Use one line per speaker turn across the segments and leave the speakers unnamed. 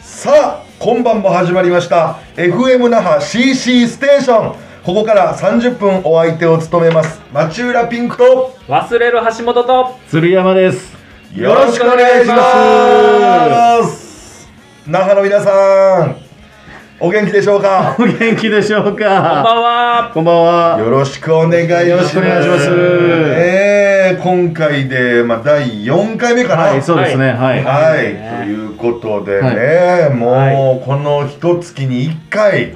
さあ今晩も始まりました FM 那覇 CC ステーションここから30分お相手を務めます町浦ピンクと
忘れる橋本と
鶴山です
よろしくお願いします那覇の皆さんお元気でしょうか
お元気でしょう
こん
か
ばんは
こんばんは
よろしくお願いします
よろしくお願いします
えー今回で、まあ、第4回目かな、
はいそうですねはい、は
はい、ということでね、
はい
もうこの一月に1回
い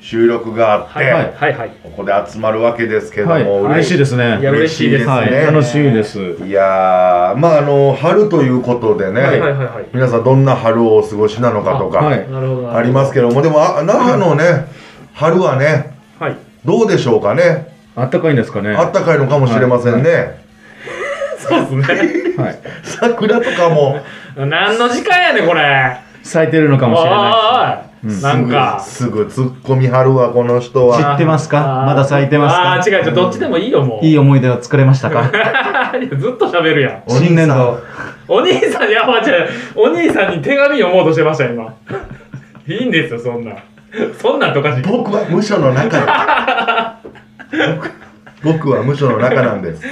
収録があって、
はいはいはいはい
ここで集まるわけですけども、
はい嬉しいですね
いや嬉しいですね
嬉
は
しい
い、
ですね
楽しいです
いやーまああの春ということでね、
はいはいはいはい
皆さんどんな春をお過ごしなのかとかあ,、
あはい
なるほどなるほど
りますけどもでもあ那覇のね、春はね
はい
どうでしょうかね
あったかいんですかね
あったかいのかもしれませんね、
そうですね
はい
桜とかも
何の時間やねんこれ
咲いてるのかもしれない
おいおいなんか
すぐすぐ突っ込み春はこの人
知
は
ってますか
あー
まだ咲いてますか
あー違う違うどっちでもいいよもう
い
い
い
よ
思い出は作れましたか
ずっと喋るやん
お兄さん
新年 度
お兄さんいやばじゃお兄さんに手紙読もうとしてました今 いいんですよそんなんそんなんとかしい
僕は無所の中だ 僕僕は無所の中なんです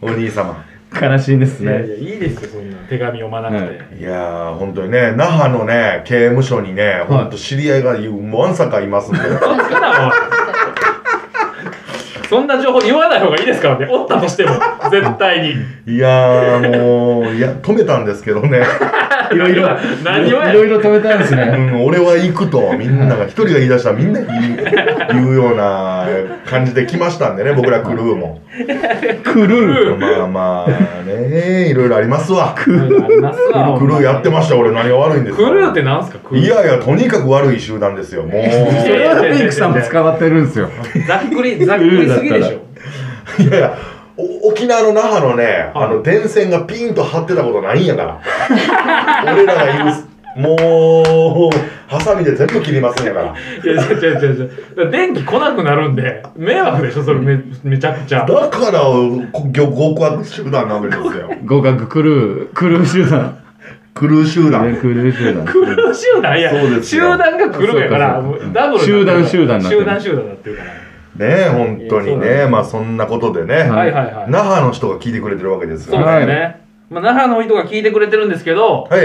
お兄様
悲しいです
いやい
ね
やいいですよそんなん手紙読まなくて、
はい
いやー本当にね那覇のね刑務所にね
い
本当知り合いがいうまんさかいますんで
そっからおいそんな情報言わない方がいいですからねおったとしても絶対に
いやーもういや止めたんですけど ね、
いろいろ
何をや
いろいろ止めたんで す
う
ね
ん、俺は行くとみんなが一人が言い出したらみんな言う言うような感じで来ましたんでね僕らクルーも
クルー
まあまあねいろいろありますわク
ありますわ
ルーやってました俺何が悪いんです
ク
か
ルーってなんすかクルー
いやいやとにかく悪い集団ですよ もう
そ
い
れはピンクさんも捕まってるんですよ
ざっくりざっくりすぎでしょ
やいやお沖縄の那覇のねあの電線がピンと張ってたことないんや から俺らが言うもうハサミで全部切りますんやから
いや違う違う違う違う電気来なくなるんで迷惑でしょそれめめちゃくちゃ
だからこ漁極悪集団なわけですよ
合格クルークルー集団
クルー集団
クルー集団
クルー集団いや
そうです
集
よ
団がクルーやから
そうかそうか
もうダブルになってる
集団集団になってる
集団集団になってるから
ねえ本当に
いやそう
ねまあそんなことでね、
はいはいはい
那覇の人が聞いてくれてるわけです
そう
よ
ですねまあ那覇の人が聞いてくれてるんですけど
はい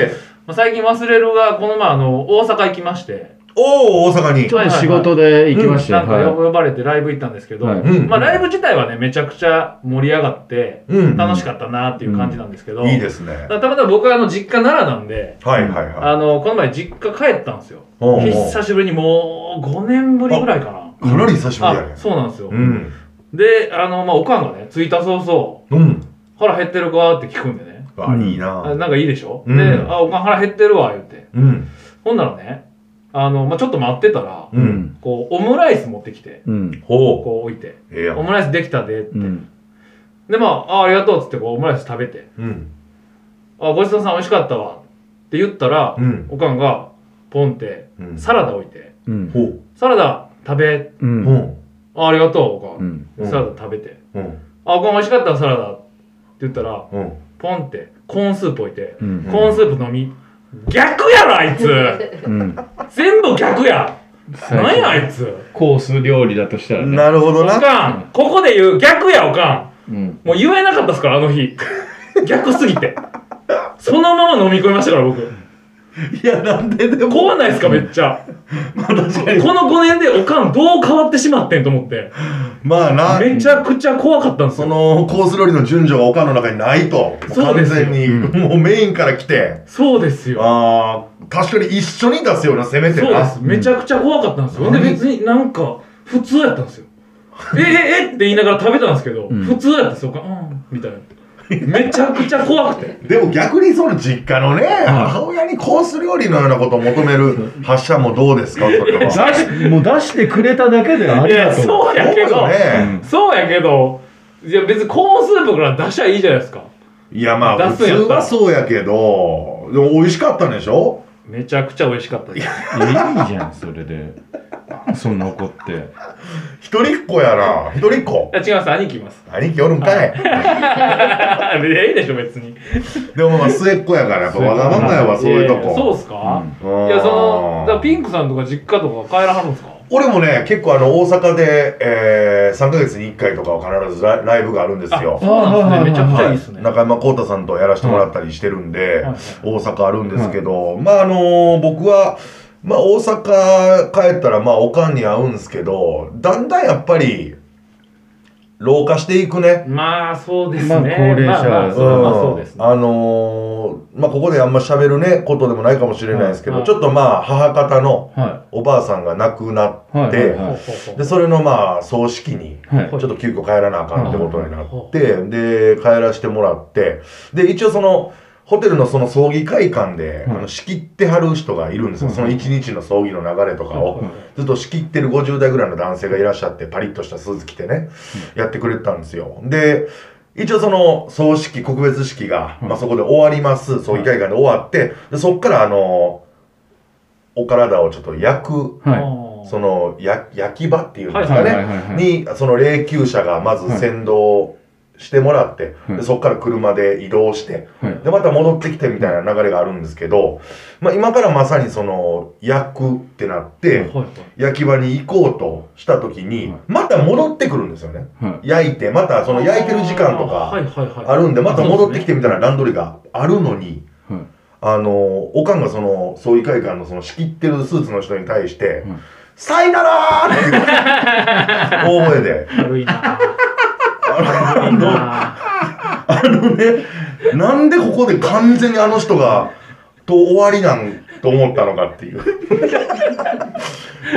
まあ最近忘れるがこの前あの大阪行きまして
おお大阪に
はいはい
仕事で行きました
な
よ
んか呼ばれてライブ行ったんですけど、
はい
うん
まあライブ自体はねめちゃくちゃ盛り上がって
うん
楽しかったなっていう感じなんですけど、
いいですね
たまたま僕はあの実家奈良なんで
はいはいはい
あのこの前実家帰ったんですよ
おうおう
久しぶりにもう5年ぶりぐらいかな
かなり久しぶりや
あ
ね
そうなんですよ、
うん
であの、まあ、おかんがね着いた早々
うん
「腹減ってるか?」って聞くんでね
あいいな
あなんかいいでしょ、
うん
で「あおかん腹減ってるわ」言って
うん
ほんならねあの、まあ、ちょっと待ってたら
う
うんん
こうオムライス持ってきて
うん
ほ
こう置いて
うええや
「オ
ん
ムライスできたで」って、
うん
でまああ「ありがとう」っつってこうオムライス食べて
うん
「あごちそうさん美味しかったわ」って言ったら、
うん
おかんがポンって
うん
サラダ置いて
うん
ほう
「サラダ食べ
う
うん
うん
ん
あありがとう」おか、
うんん
うん
サラダ食べて
うん
「あごめん美味しかったわサラダ」って言ったら
うん
ポンってコーンスープ置いて
う
コ
ん
ーンスープ飲み逆やろあいつ
うん
全部逆や何やあいつ
コース料理だとしたらね
なるほ
お
どな
かんここで言う逆やおか
うん
んもう言えなかったっすからあの日逆すぎてそのまま飲み込みましたから僕
いやなんでで
怖ないっすかめっちゃ
まあ確かに
この5年でおかんどう変わってしまってんと思って
まあな
めちゃくちゃ怖かったんです
そ
よ
のコース料理の順序がおかんの中にないと
そう
完
ですよ
全にもうメインから来て
そうですよ
あー確かに一緒に出すようなせめて
そうで
な
す。めちゃくちゃ怖かったんですよ。で、
うん
別になんか、普通やったんですよ。え、え、えって言いながら食べたんですけど、
ん
普通やったんですよ。うん、みたいな。めちゃくちゃ怖くて。
でも逆にその実家のね母親にコース料理のようなことを求める発射もどうですかそれは
出しもう出してくれただけであ
い
り
や、
がとう
そうやけど
そう、ね
そうやけど、いや、別にコーンスープから出しゃいいじゃないですか。
いやまあ
出
普
すん
通
やった
は
ら
そうやけどでも美味しかったんでしょ
めちゃくちゃ美味しかったです。
いやいいじゃんそれでなんそんな怒って。
一人っ子やな一人っ子
あ違います兄貴います
兄貴おるんかい
ええでしょ別に
でもまあ末っ子やからやっぱわがままやわそういうと
ややそう
こ
っすか、
うん
いやそのだからピンクさんとか実家とか帰らはるんですか
俺もね結構あの大阪で、え3ヶ月に1回とかは必ずライライブがあるんですよ
あ
そうなんですねめちゃくちゃいい
は
ですね、
い、中山浩太さんとやらせてもらったりしてるんで、
はいはい
大阪あるんですけど、まああの僕は、まあ、大阪帰ったらまあおかんに会うんですけどだんだんやっぱり老化していくね。
まあそうですね。
まあ高齢者
まあまあ
ん
それはまあそうですね。
あのーまあここであんま喋るねことでもないかもしれないですけど、
はい
ちょっとまあ母方の
は
おばあさんが亡くなっ
い。はい。
で
は
ほう
い。
ほうほう
でそれのまあ葬式に
はい
ちょっと急遽帰らなあかんってことにな
は
っ
い
てで帰らしてもらってで一応そのホテルのその葬儀会館で、
はい
あの仕切ってはる人がいるんですよ、
はい
その一日の葬儀の流れとかを、ずっと仕切ってる50代ぐらいの男性がいらっしゃってパリッとしたスーツ着てね、やってくれてたんですよで一応その葬式告別式が、
うん
まあ、そこで終わります葬儀会館で終わってでそっからあのお体をちょっと焼く
はい。
あー
そのや焼き場っていうんです
は
か
い。
ね、
はい。はい。
にその霊柩車がまず先導してもらって、
はい
でそこから車で移動して
はい。
でまた戻ってきてみたいな流れがあるんですけど、まあ、今からまさにその焼くってなって
はいはい
焼き場に行こうとした時に
はい
また戻ってくるんですよね
は
焼いてまたその焼いてる時間と
あーはい
か
はいはい
あるんでまた戻ってきて
そう
みたいな段取りがあるのに。
い。はい。
あのおかんがその葬儀会館のその仕切ってるスーツの人に対して
うん
「さいなら!」って言う大声で
ですね軽いな。
あ
軽い
の
な。
あのね、なんでここで完全にあの人が、と終わりなんと思ったのかっていう。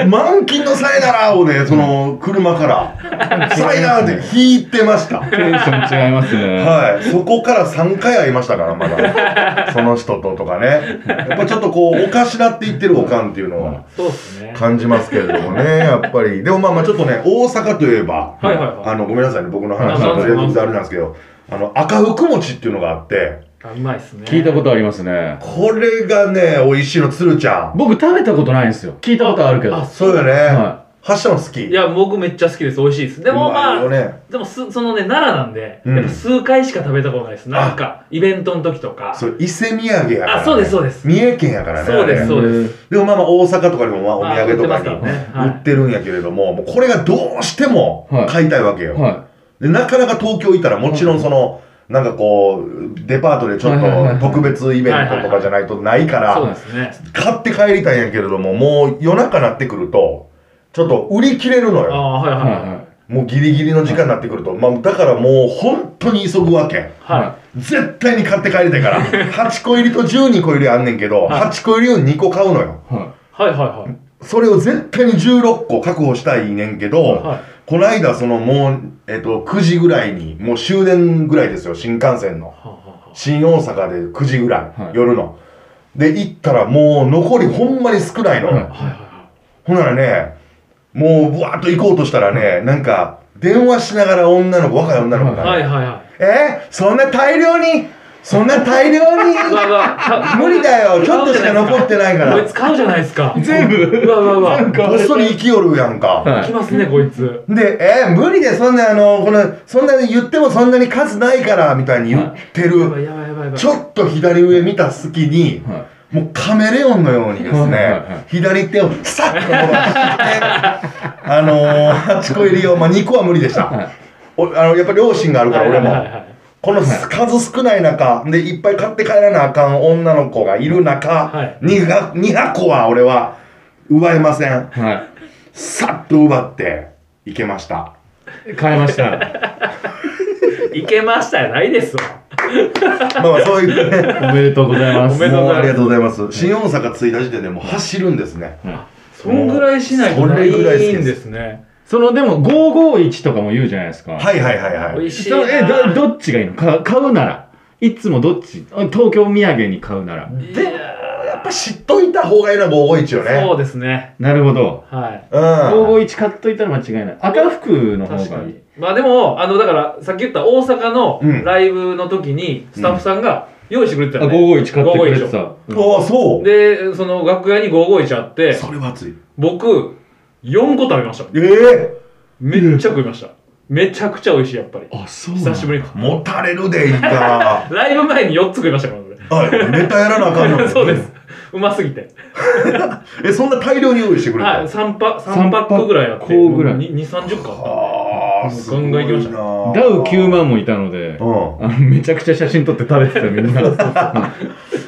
満勤のサイダラーをね、その車から、サイダーで引いてました。
テンション違いますね。
はい、そこから3回会いましたから、まだ。その人ととかね。やっぱちょっとこう、おかしなって言ってるおかんっていうのは
そうですね。
感じますけれどもね、やっぱり。でもまあまあちょっとね、大阪といえば、
はいはいはい
あの、ごめんなさいね、僕の話
あ
の
そうそう
連続であれなんですけど、あの、赤福餅っていうのがあって、
あうまいですね。
聞いたことありますね。
これがね、美味しいの、つるちゃん。
僕食べたことないんですよ。聞いたことあるけど。
あ
そうよね。
は
発車の好き。
いや僕めっちゃ好きです。美味しいです。でもま
うまいよ
あ。
ね、
でもすそのね奈良なんで、
うん
やっぱ数回しか食べたことないですなんかイベントの時とか
そう、伊勢土産やから、ね。
あそうですそうです
三重県やからね。
そうです
あれ
そうです
でもまあまあ、大阪とかにもまあお
まあ
土産とか
売ってますから
に
ね
売ってるんやけれども、もうこれがどうしても
はい
買いたいわけよ。
は
でなかなか東京行ったらもちろんその、なんかこうデパートでちょっ
はいはいはいはい
と特別イベントとかじゃないとないか
そう
ら
ですね
買って帰りたいんやけれどももう夜中なってくるとちょっと売り切れるの
あ
よ
あはい
い。
はいは
は。
いい
はい。
もうギリギリの時間になってくると、まあ、だからもう本当に急ぐわけ
は
絶対に買って帰りたいから8個入りと12個入りあんねんけど
はい
8個入りを2個買うのよ
はい
はいはい
それを絶対に16個確保したいねんけど、
はい
この間そのもう、えっと9時ぐらいにもう終電ぐらいですよ新幹線の
はあは
新大阪で9時ぐらい、
はい
夜ので行ったらもう残りほんまに少ないの、
はい
あはいはいは
ほんならね、もうぶわーっと行こうとしたらね、なんか、電話しながら女の子、若い女の子
い
が、
はいはいは
えーそんな大量に、そんな大量に、
いうわうわた
無理だよ、ちょっとしか残ってないから、
こい
こ
つ買うじゃないですか
全部
うわうわうわ
全部
っそり生きよるやんか。
は
来
い。
ますねこいつ
で、えー無理で、そんな、あの、この、そんなに言ってもそんなに数ないから、みたいに言って
やば
る。
いやばいやばいやばい
ちょっと左上見た隙に、
は
もうカメレオンのようにです
はいはいは
ね、左手をさっと伸ばして、あのー、8個入りを、まあ2個は無理でした。
はい
おあのやっぱ両親があるから俺
はいはい
も。
はい
この数少ない中、で、いっぱい買って帰らなあかん女の子がいる中、
はい
200 200個は俺は奪えません。
い。は
さっと奪っていけました。
い。買いました。
はいいけましたやないですわ
まあまあそういう ね。
おめでとうございます。
おめでとう
もうありがとうございます。新大阪着いた時点でもう走るんですね。
はい
そんぐらいしないとない
それぐらい好きです
んですね
そのでも551とかも言うじゃないですか。
はいはいはいは
美
い。
味しい
そのえどどっちがいいのか買うならいつもどっちあ東京土産に買うなら
で
やっぱ知っといた方がいいのは551よね。
そうですね
なるほど
はい
うん。
551買っといたら間違いない赤服の方
確か
がいい
にまあでもあのだからさっき言った大阪
うん
のライブの時にスタッフさんが用意してくれて
あ
たよね
551買ってくれてた
ああ、そう。
でその楽屋に551あって
それは熱い。
僕4個食べました
ええ
めっちゃ食いましためちゃくちゃ美味しいやっぱり
あ、そう
久しぶ
り。
りに
もたれるでいいか
ライブ前に4つ食いましたから俺
はいネタやらなあかんの
そうですうますぎて
えそんな大量に用意してくれた
はい、3パ三パックぐらいあって
三パックぐらい
230個あ
あ
っ
あすごいな
ガンガン行きました
ダウ9万もいたので、
うん
あのめちゃくちゃ写真撮って食べてたみんな。は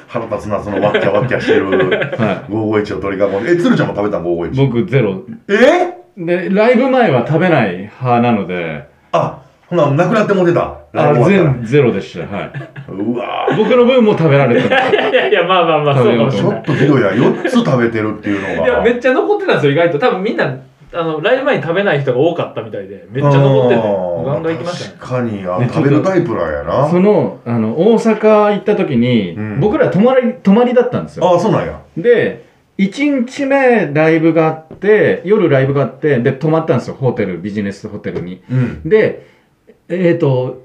腹立つなそのわっきゃわっきゃして る551を取り囲んでえ鶴ちゃんも食べたん
い。
551
僕ゼロ。
え
で、ライブ前は食べない派なので、
あほななくなってもうてた
あ
ライブ終わっ
全ゼロでした。はい。
たらうわ
僕の分も食べられて
たい
る。
やいやいやまあまあまあそうかもし
ち
れ
ょ
ない
っとひどいな4つ食べてるっていうの
いや
が
めっちゃ残ってたんですよ意外と多分みんなあのライブ前に食べない人が多かったみたいでめっちゃ残ってて
あー
ガンガン行きましたね
確かにあ、
ね
食べるタイプなんやな
その、あの、大阪行った時に、
うん
僕ら泊まり、泊まりだったんですよ。
ああそうなんや
で1日目ライブがあって夜ライブがあってで泊まったんですよホテルビジネスホテルに
うん
でえっ、と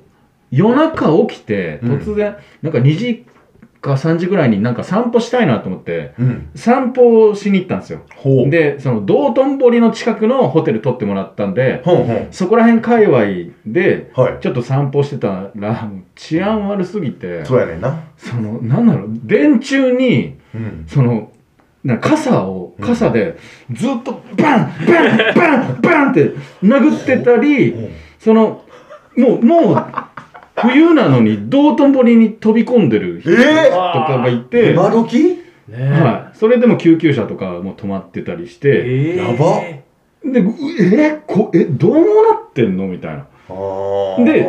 夜中起きて突然、なんか2時か3時ぐらいになんか散歩したいなと思って
うん
散歩をしに行ったんですよ
ほう
でその道頓堀の近くのホテル取ってもらったんで
ほんほん
そこら辺界隈で
はい
ちょっと散歩してたらもう治安悪すぎて
そうやねんな
そのなんだろう電柱に
うん
そのなんか傘を
うん
傘でずっとバンバンバンバンって殴ってたりそのもうもう冬なのに道頓堀に飛び込んでる人と
えー
かがい
え
て、
今時
ね
はい、それでも救急車とかも止まってたりして
え
やば
でうえこえどうなってんのみたいな
あー
で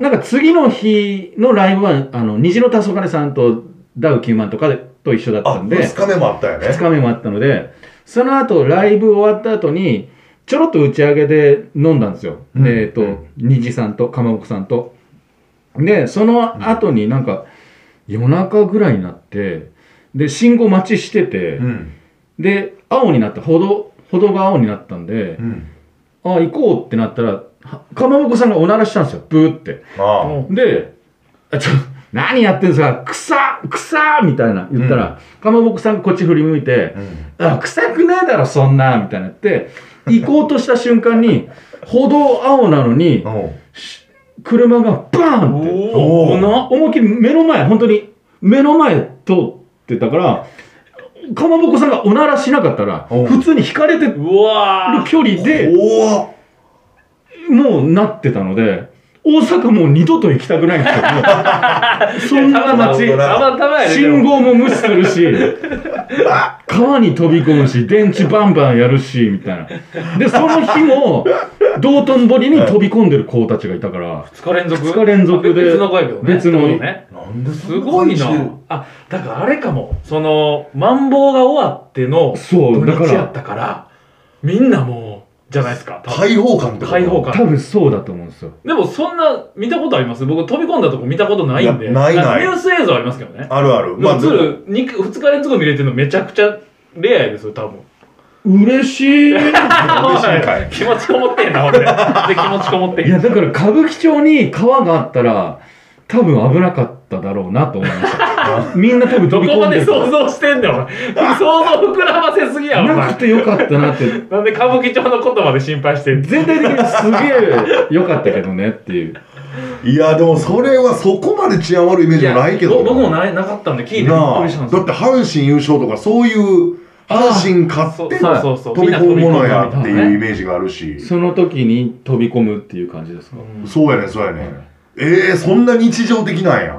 なんか次の日のライブはあの虹の黄昏さんとダウ9万とかでと一緒だった
あ
んで
2日目もあったよね
2日目もあったのでその後ライブ終わった後にちょろっと打ち上げで飲んだんですよ、
うん
え
う
っ、と
ん
虹さんとかまぼこさんとでその後になんか夜中ぐらいになってで信号待ちしてて、
うん
で青になった歩道歩道が青になったんで
う、ん
あ行こうってなったらはかまぼこさんがおならしたんですよブーって
あー
も
であちょ何やってんすか草草みたいな言ったら、かまぼこさんがこっち振り向いて、
うん
あ臭くねえだろそんなみたいになって行こうとした瞬間に歩道青なのに
おう
し車
う
がバーンっ
お
て
お
お
ー
な
思いっきり目の前本当に目の前通ってたからかまぼこさんがおならしなかったら
おう
普通に引かれてる
うわー
距離で
おお
もうなってたので大阪もう二度と行きたくないんです よもうそんな街
たまたまやねでも
信号も無視するし 川に飛び込むし電池バンバンやるしみたいなでその日も道頓堀に飛び込んでる子たちがいたから
二日連続
二日連続で
別の子やけどね
別の
ってことね
なんです
すごいなあだからあれかもそのマンボウが終わっての
そ
土
うだか
日やっ
ら
たからみんなもうじゃないですか多分
開放感ってこと
開放
多
感
分そうだと思うんですよ
でもそんな見たことあります僕飛び込んだとこ見たことないんで
いやないない
ニュース映像ありますけどね
あるある
まあ、
で
ず
も
る 2, 日連続見れてるのめちゃくちゃレアやですよ多分
嬉しいいや
嬉しいんかい
気持ちこもってんな俺で気持ちこもってん
だから歌舞伎町に川があったら多分危なかっただろうなと思いました みんな多分
ど
飛び
こ
込
ま
んで
で
る
想像してんだよお前想像膨らませすぎやお
な
前
くてよかったなって
なんで歌舞伎町のことまで心配してんの
全体的にすげえ良かったけどねっていう
いやでもそれはそこまで治安悪いイメージもないけど
僕もないなかったんで聞いてびっ
な
く
あ
りしたんです
だ
よ
って阪神優勝とかそういう阪神勝
そ
っ
う
て
そうそうそう
飛び込むものや
みんな飛び込むみたいな
っていうイメージがあるし
その時に飛び込むっていう感じですか、
うん
そうやねそうやねえー、そんな日常的なんや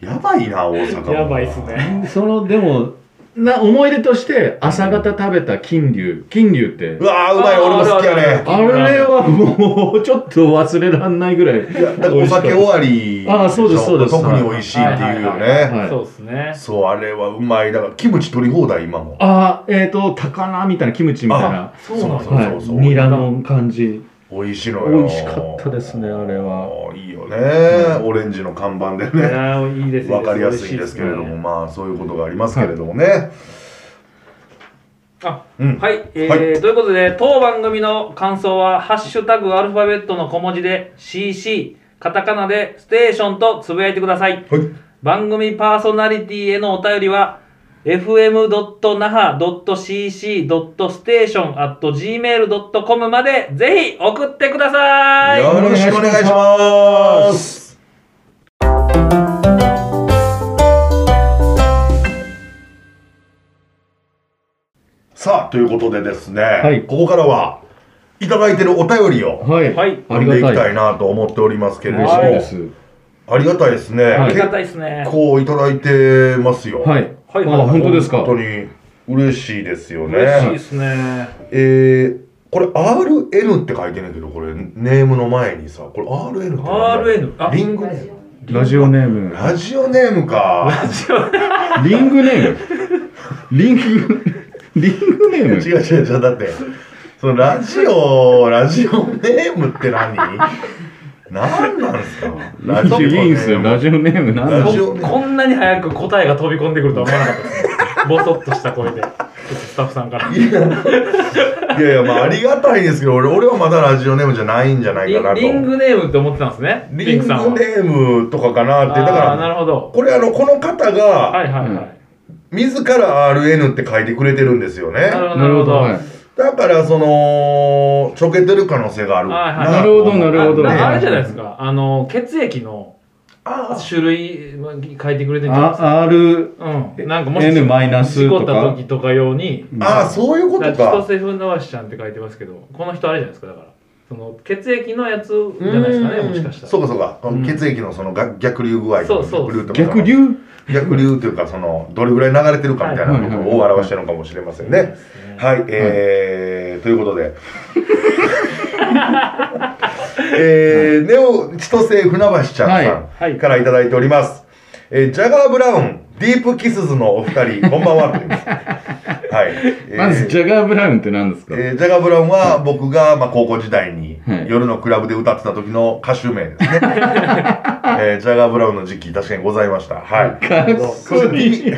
やばいな大阪も
やばいっすね
そのでもな思い出として朝方食べた金龍金龍って
うわーうまい俺も好きや
あるある
ね
あ
あれはもうちょっと忘れらんないぐらい
いやだからお酒終わり
あーそうですそうです
特に美味しいっていうよ
は
は
ね
い
そうですね
そうあれはうまいだからキムチ取り放題今も
あえっ、ー、と高菜みたいなキムチみたいな
そうう
な
なんん
や
や
そう
はい
そうそう
ニラの感じ
美味しいのよ
美味しかったですねあれは
あーいいよね、オレンジの看板で
い
ね
やーいいですね
わかりやすいですけれども、
嬉しいで
まあそういうことがありますけれどもね、
すねあ
うん
はい、えー
はい
ということで当番組の感想は「ハッシュタグアルファベットの小文字で CC」カタカナで「ステーション」とつぶやいてください
はい
番組パーソナリティへのお便りは fm.naha.cc.station.gmail.com までぜひ送ってください
よろしくお願いします。さあということでですね、
い
ここからはいただいてるお便りを
はい、
はい
あ
読
り
んでい
が
き
た
た
い
いなと思っておりますけれども、
嬉しいです
ありがたいですね、
はい
ありが
結
たいですね
構いただいてますよ、
はい、
はい
あ本当ですか
本当に嬉しいですよね
嬉しいですね
えーこれ RN って書いてんねんけどこれネームの前にさこれ RN って何だ
RN あ
リングネーム
ラジオネーム
ラジオネームか
リングネームリングリングネ
違う
ーム
違う違うだってそのラジオラジオネームって何何なんですかラジオネ
いいんす
ー
よ
ム
ラジオネームなんだ
ラジオ
ここんなに早く答えが飛び込んでくるとは思わなかったですねボソッとした声でスタッフさんから
いやいやいやまあありがたいですけど俺俺はまだラジオネームじゃないんじゃないかなと
リリングネームって思ってたんですね
リ
リ
ン
ン
グ
ク
ネ
さんは
ームとかかなってだか
あー
ら
なるほど
これあのこの方
は
が
いはいはい、
うん
自ら RN って書いてくれてるんですよね
なるほど
な
なる
るほ
ほ
ど
ど、
はい
だからそのちょけてる可能性がある
はいはい
なるほどなるほど
あなあれじゃないですすかあの血液の
あ
種類ま書いてくれてるんじゃないですか
あ R
うん、なんかもし
N マイナス
事故
と
っ
か
た時とか用に
あーそういうこ
だから
と
千
か
歳ふんだわしちゃんって書いてますけどこの人あれじゃないですかだからその血液のやつじゃないですかね
うん
もしかしたら
そうかそうか、
うん
血液のそのが逆流具合
そうそ
逆
う
流とか
逆流
逆流というかそのどれぐらい流れてるかみたいな
はい
こ
はいはい
とを表してるのかもしれませんねはい、えー、ということ でえー、ネオ千歳船橋ちゃんさん、
はい
はい
からいただいております。えージャガーブラウン、ディープキスズのお二人、こんばん はと言います。はい。えー
まずジャガーブラウンって何ですか
えージャガーブラウンは僕が、まあ、高校時代に
はい
夜のクラブで歌ってた時の歌手名ですね、 えージャガーブラウンの時期確かにございましたはい
かっ
そ
こ
れに
い
ジ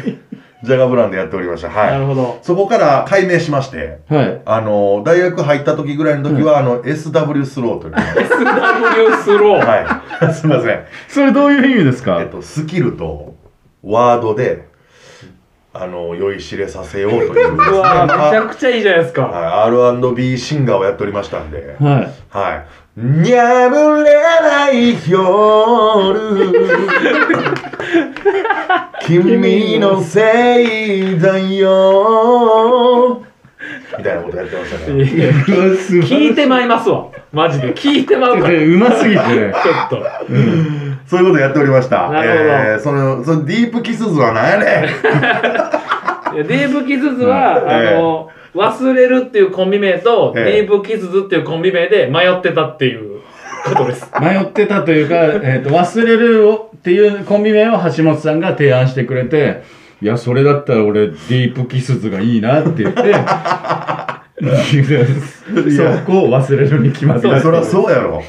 い
ャガーブラウンでやっておりました
な
はい
るほど
そこから改名しまして
はい
あの大学入った時ぐらいの時は、あの SW スローというの
W スロー
はいすいません
それどういう意味ですか
えっと、スキルとワードで、あの、酔いしれさせようというですね、
うわめちゃ
ま
くちゃいいじゃないですか
あはい、R&B シンガーをやっておりましたんで、
はい
はい。にゃぶれない 夜君のせいだよみたいなことやってましたね。
いや
うわ素晴らし
聞いてまいますわマジで聞いてまうからちょ
うますぎ
っ
て
と
そういうことやっておりました。
なるほど
えーその、そのディープキスズは何やねん
いやデーブ・キズズは、
ええ
あの忘れるっていうコンビ名と、
ええ
デーブ・キズズっていうコンビ名で迷ってたっていうことです
迷ってたというか、えー、と忘れるをっていうコンビ名を橋本さんが提案してくれていやそれだったら俺ディープキスズがいいなって言ってそこを忘れるに決まった
いやそりゃそうやろ。
はい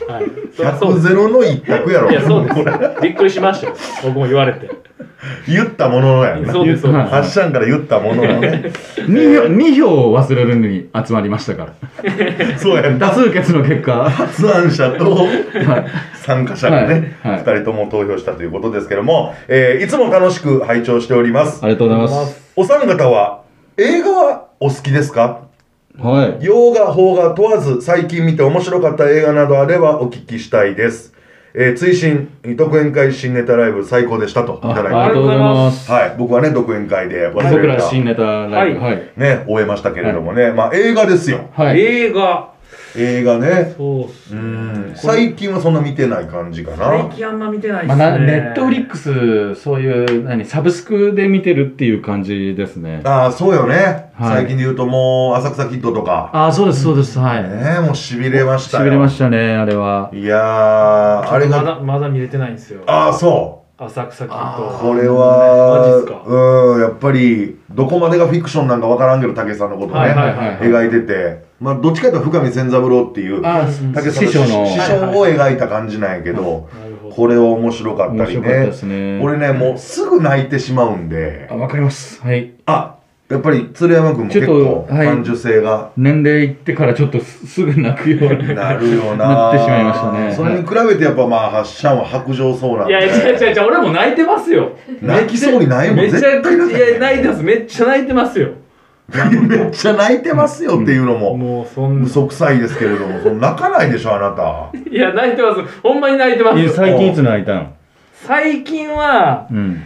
そりゃそう
100
です
ゼロの一択やろ。
いやそうですびっくりしましたよ僕も言われて
言ったもののやんな
そうですそうで
はい
発射から言ったもののね
2, 票二票を忘れるに集まりましたから
そうやんな
多数決の結果は
発案者と
い
参加者がね、
はいはい
2人とも投票したということですけども、えーいつも楽しく拝聴しております
ありがとうございますす
お三方は映画はお好きですか
はい
洋画邦画問わず最近見て面白かった映画などあればお聞きしたいです、えー追伸特演会新ネタライブ最高でしたとい
ああ
た
り
だいて
がとうございます
はい僕はね独演会で忘
僕
れ
ら
た、
新ネタライブはい、
ね終えましたけれどもね、まあ映画ですよ
はい
映画
映画ね
そうっす
う
ね
ん最近はそんな見てない感じか
最
な。
近あんま見てないっ
ますあ、
ね、
なネットフリックスそういう何サブスクで見てるっていう感じですね
ああ、そうよね。
はい
最近で言うともう、浅草キッドとか。
ああそうですそうですはい
ねえ、もう痺れました
し
よ。
びれましたねあれはい
やー、あれ
ま
が、
だまだ見れてないんですよ
ああ、そ
浅草キ
う。
ッ
こ
ド
れ
マ
は
ジっすか、
うん、やっぱり、どこまでがフィクションなんかわからんけど、武さんのことね、
はいはいは
描
い
いてて。まあ、どっちかというと深見千三郎っていう、
あ
武さん
師匠の
師匠を描いた感じなんやけど、
なるほど
これは面白かった
面
り
白かった
ね
で。すね
俺ね、もうすぐ泣いてしまうんで
あ、わかりますはい
あ、やっぱり鶴山君も結
ちょ
構
っとはい
感受性が
年齢いってからちょっとすすぐ泣くように
なるよな
なってしまいましたね
それに比べてやっぱまあ発車は白状そうなん
い
で
や違う違う違う俺も泣いてますよ
泣きそうにないもん
めちゃ
絶
く
対
ちゃいや泣いて
ま
ますめっちゃ泣いてますよ
すめっちゃ泣いてますよっていうのも
もうそんな
嘘くさいですけれどもその泣かないでしょあなた
いや泣いてますほんまに泣いてま
え
す
最近いつ泣いたの、
最近は
うん、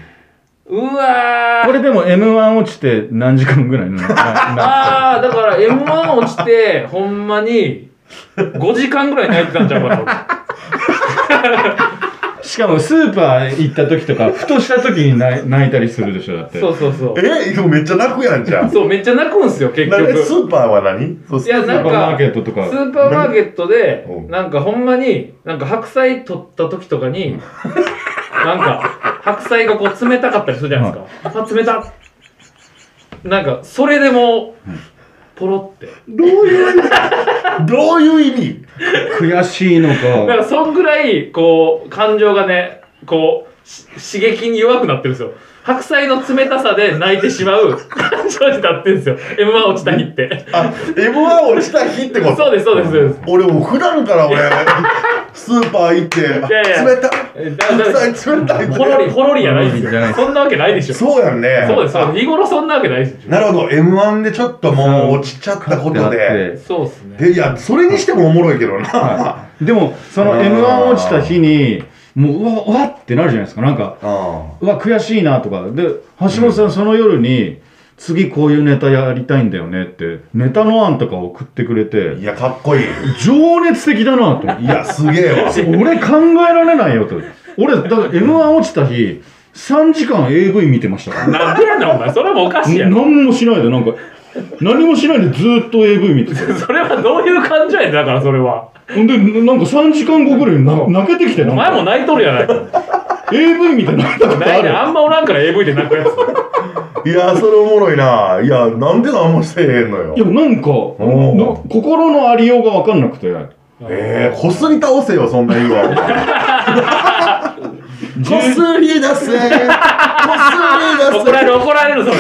うわー
これでも m 1落ちて何時間ぐらい のなな
ああだから m 1落ちてほんまに5時間ぐらい泣いてたんちゃうかな
しかもスーパー行った時とかふとした時に泣い泣いたりするでしょだ って
そうそうそう
えでもめっちゃ泣くやんじゃん
そうめっちゃ泣くんすよ結
なえス
局
ーパーは何そう
いや
ス
なん
ーパーマー
か
ケットと
ス
か
ーパーマーケットで
うん
なんかほんまになんか白菜取った時とかになんか白菜がこう冷たかったりするじゃないですかあ冷たなんかそれでもポロって
どういう意味どういう意味
悔しいの
だか
から
そんぐらいこう感情がねこうし刺激に弱くなってるんですよ白菜の冷たさで泣いてしまう感情になってるんですよ m 1落ちた日って
あ m 1落ちた日ってこと
そうですそうですそうです
俺もう普段から 俺スーパー行って
やいや
冷た
えだだ
白菜冷たいって
ほろりほろりやないです
ほろりじゃな
よ
いです
そんなわけないでしょ
そうやんね
そうですそうです日頃そんなわけないですよ
なるほど m 1でちょっともう落ちちゃったことで
そうっすね
でいやそれにしてもおもろいけどな
はいでもその
あー
m 1落ちた日にもううわうわってなるじゃないですかなんか
あ
うわ悔しいなとかで橋本さんその夜に次こういうネタやりたいんだよねってネタの案とか送ってくれ
あい
て
やかっこいい
情熱的だなと
い やすげえわ
俺考えられないよと俺だから m 1落ちた日3時間 AV 見てましたから
なんでやねんお前それもおかしいやん
何もしないでなんか何もしないでずーっと AV 見てた
それはどういう感情やねんだからそれは
ほんでなんか3時間後ぐらいにな泣けてきて
お
なん
前も
か
泣いとるやないか
AV 見て泣いたこと
ないねん
あ
あ
る
んまおらんから AV で泣くやつ
いやそれおもろいないやなんで何もしてへんの
いや
よ
なんか
ん
な心のありようが分かんなくて
ええこすり倒せよそんな言うわお前 こすり出せこすり
怒ら
出
れ
せ
る怒られるそれ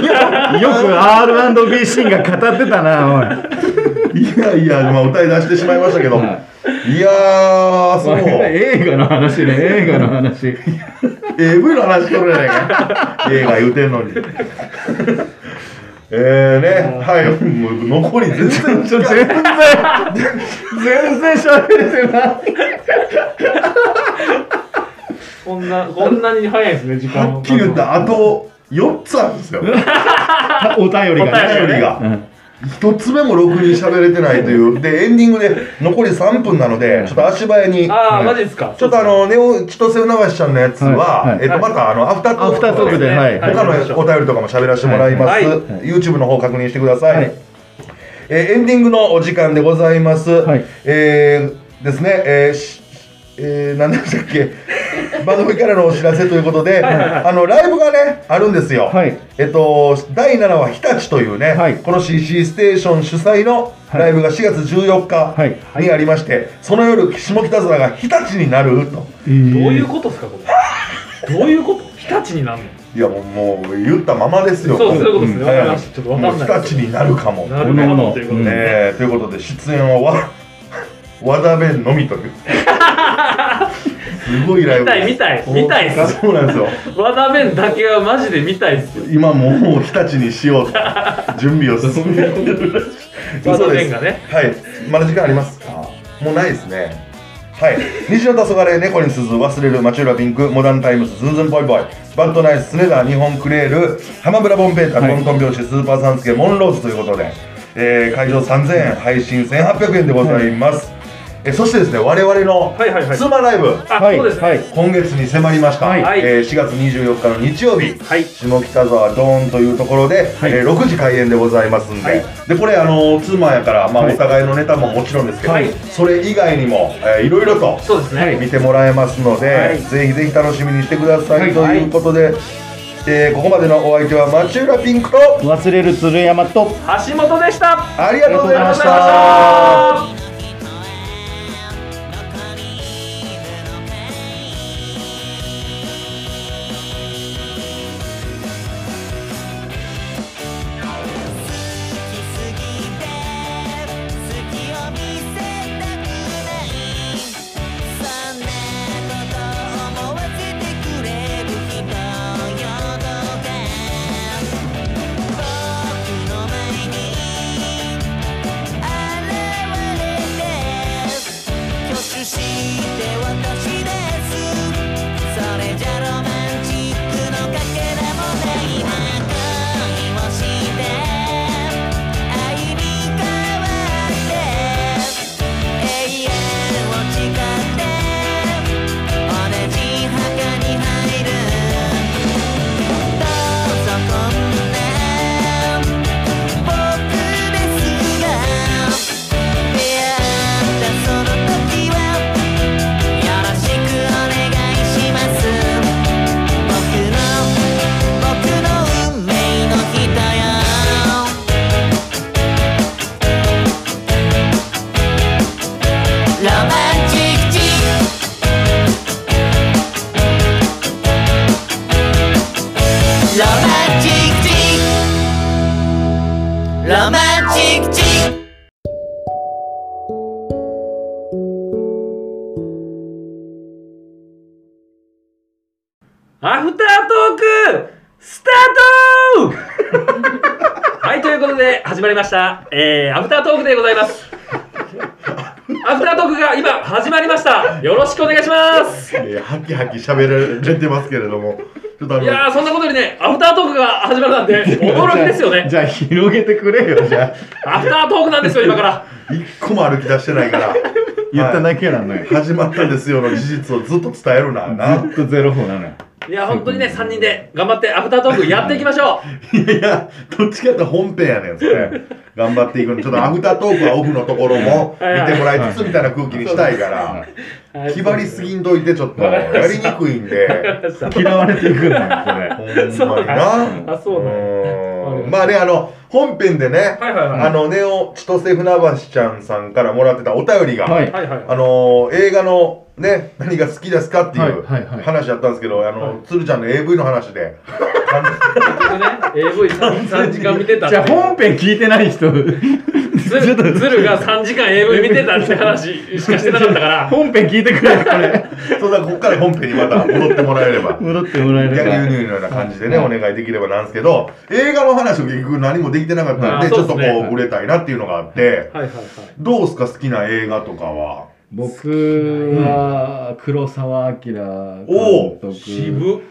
いや
よく R&B シーンが語ってたなおい
いやいや、まあ、歌い出してしまいましたけど、、
はい
やーそう
映画の話ね映画の話
AV の話しとるやない か映画言うてんのにえーねはいもう残り全然
全然全然喋れてない
こんなこんなに早いですね時間
はっきり言ったあと4つあるんですよ
お便りがね
お
便りが1つ目もろくに喋れてないというでエンディングで残り3分なのでちょっと足早に
ああ
はい
マジですか
ちょっとあのネオ千歳流しちゃんのやつは、
はいはい
えっと、またあのアフター
アフタートークではい
はい
他のお便りとかも喋らせてもらいます、
はいはい
YouTube の方確認してください、
はい
えーエンディングのお時間でございます、
はい
えーですねえーしえー、何でしたっけ 番組からのお知らせということで、
はいはいはい
あのライブがねあるんですよ、
はい
えっと第7話「日立」というね、
はい
この CC ステーション主催のライブが4月14
はい
日にありまして、その夜下北沢が日立になると
どう
どういうことですかこれどういうこと日立になんの
いやもうもう言ったままですよ
そうそういうことですね
ん
わかりましたちょっとわかんない
もう日立になるかも
なるほどということ
うん
で
えー、ということで出演は わ和田弁のみという すごいライブ
見たい見たい見たいっす
そうなんですよ
和田弁だけはマジで見たいっすよ
今もうもう日立にしようと準備を進めて る
和田
嘘で
弁
す
がね
はいまだ時間ありますかもうないですねはい虹の黄昏猫に鈴忘れる町浦ピンクモダンタイムズズンズンボイボイバッドナイススネダー日本クレール浜村ボンペーター、
はい
トントン拍子スーパーサンスケモンローズということで、えー会場3000円配信1800円でございます、えそしてですね我々の
はいはいはい
ツーマンライブ、
あ
はい
そうですね
はい
今月に迫りました、
はい
えー4月24日の日曜日、
はい
下北沢ドーンというところで、
はい
えー6時開演でございますんで、
はい
でこれあのツーマンやから、まあ、
はい
お互いのネタももちろんですけど、
はい
それ以外にも、えーいろいろと
そうですね
見てもらえますので、
はい
ぜひぜひ楽しみにしてください、
はい
ということで、えーここまでのお相手は町浦ピンクと
忘れる鶴山と
橋本でした
ありがとうございまし
ありがとうございま
た
した。
「
アフタートークスタート はいということで始まりました、えー、アフタートークでございますアフタートークが今始まりましたよろしくお願いします
えー、はきはき喋られてますけれども、ちょっとあ
いやーそんなことにねアフタートークが始まるなんて驚きですよね
じゃあ、じゃあ広げてくれよ、じゃ
アフタートークなんですよ今から
あ。一個も歩き出してないから。
言っただけなのよ、
はい始まったんですよの事実をずっと伝えるな。な
ずっとゼロ歩なのよ
いや本当にね3人で頑張ってアフタートークやっていきましょ
い やいや、どっちかって本編やねん、それ。頑張っていくの。ちょっとアフタートークはオフのところも見
はいはい
てもらいつつみたいな空気にしたいから、
うはい
気張り すぎんといてちょっと
わかりま
やり
した
にくいんで、
嫌われていくのよそれ
ほんまに
そう
な。
あそうなんや
うんまあね、あの、本編でね、
はいはいはい
あの、ネオ千歳船橋ちゃんさんからもらってたお便りが、
はい
はいはい
あのー映画のね、何が好きですかっていう
はいはいはい
話だったんですけど、あの、鶴ちゃんの AV の話で、
結局ね AV3 時間見てたって
じ
い
ゃ
う
あ本編聞いてな い人
ズ
ちょっと
ルズルが3時間 AV 見てたって話しかしてなかったから
本編聞いてくれこれ
そうだ、ここから本編にまた戻ってもらえれば。
戻ってもらえる
逆
か
輸入のような感じでね、
はい
お願いできればなんですけど、映画の話を結局何もできてなかったんで、
あ
ちょっ
そ
と
う
こ
ですね
う、ぶれたいなっていうのがあって、
はいはいはい
どうすか好きな映画とかは。
僕は黒澤明監督
渋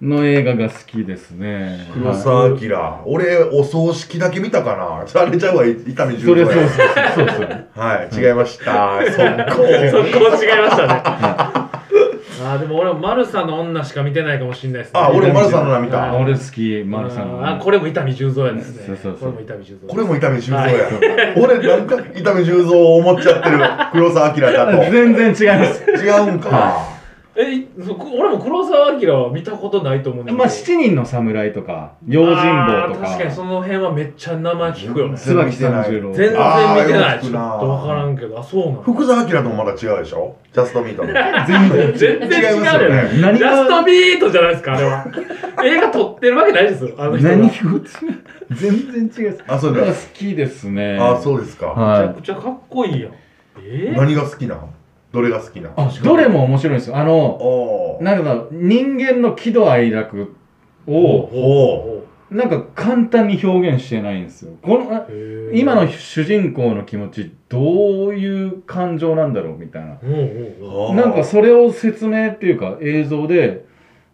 の映画が好きですね
黒澤明、俺、お葬式だけ見たかなされちゃうわ、伊丹十
それ
郎
そう
や。
そうそうそう
はい、違いました。速攻。
そこ違いましたねあーでも俺はマルサの女しか見てないかもしれないですね
あ、俺、丸さんの名見
は
た。
い
俺好きマルさん
あ
の
ーこれも伊丹十三やですね
そうそうそう
これも伊丹十三
これも伊丹十三や。俺、なんか伊丹十三を思っちゃってる。黒澤明だと。
全然違います
違うんか。
えいそこ俺も黒澤明は見たことないと思うんだけど
まあ七人の侍とか用心棒と
あー
か
確かにその辺はめっちゃ名前聞くよね
全
椿三十郎
全然見て
あー
ない
よく
ちょ
聞
っ
く
と
な
わからんけどあそうなの
福沢明ともまだ違うでしょジャストミートの。
全然
全然違
違い
うよ
ますよ
ね
ね
何
ジャス
が
トビートじゃないですか、あれ は。映画撮ってるわけないですよ、あの人が。
何
めち
が全然違う
あ、そう
好
です。
きですね
あ、そうですか。
ゃ
は
くちゃかっこいいやん。えー、
何が好きなんどれが好きなん
いあどれも面白いんですよあの
おー。
なんか人間の喜怒哀楽
お
を
お
お
なんか簡単に表現してないんですよこのあ今の主人公の気持ちどういう感情なんだろうみたいな
うんうんうん
おー
なんかそれを説明っていうか映像で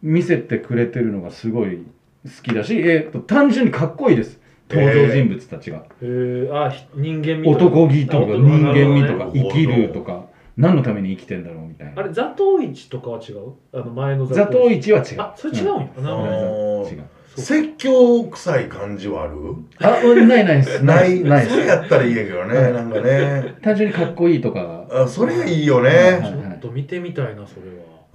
見せてくれてるのがすごい好きだし、えー、と単純にかっこいいです登場人物たちが、
えー、あひ人間味とか
男気とか
あ男
人間味
なるほ
とか
どね
生きるとか何のために生きてんだろうみたい
あ
な
れ座頭市とかは違うあの前の
座頭市は違う
あそれ違うんや、なるほど
あ
ね
のー
違う
そう
説教臭い感じはある
あうんないないです
ない、
ない
それ
です
やったらいいやけどね、なんかね。
単純にかっこいいとか
あ、それいいよ
は
ね。
い
ちょっと見てみたいなそれ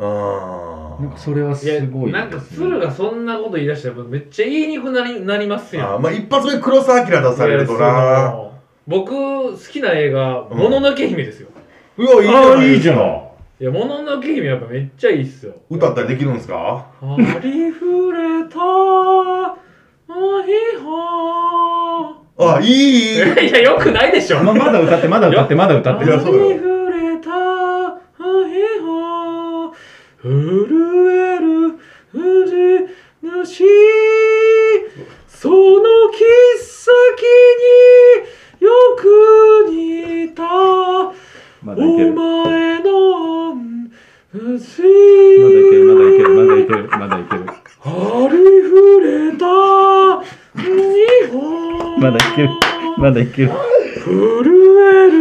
は
あ
なんかそれはいす
や
ごい
なん
で
か
す
鶴がそんなこと言い出したらめっちゃ言いにくくなりなりますやん
あまあ一発目黒澤明出されるとな。
僕好きな映画「
うん
もののけ姫」ですよ、
うわ、いいじゃ
あ
な
ー
い
い
で
い
す
じゃ
か
ない
いや、もののけ姫やっぱめっちゃいいっすよ。
歌ったりできるんですか
ありふれた、あひほ
あ、いい。
ー。 いや、よくないでしょ。
ままだ歌ってまだ歌ってまだ歌って
いやそうよ
ありふれた、あひほー。震える、藤主。その切っ先によく似た。
まだいけ
お
るま
前の不思
だいけ
議
るまだいけるまだいけるまだいける
ありふれた日本
まだいける まだいける
震える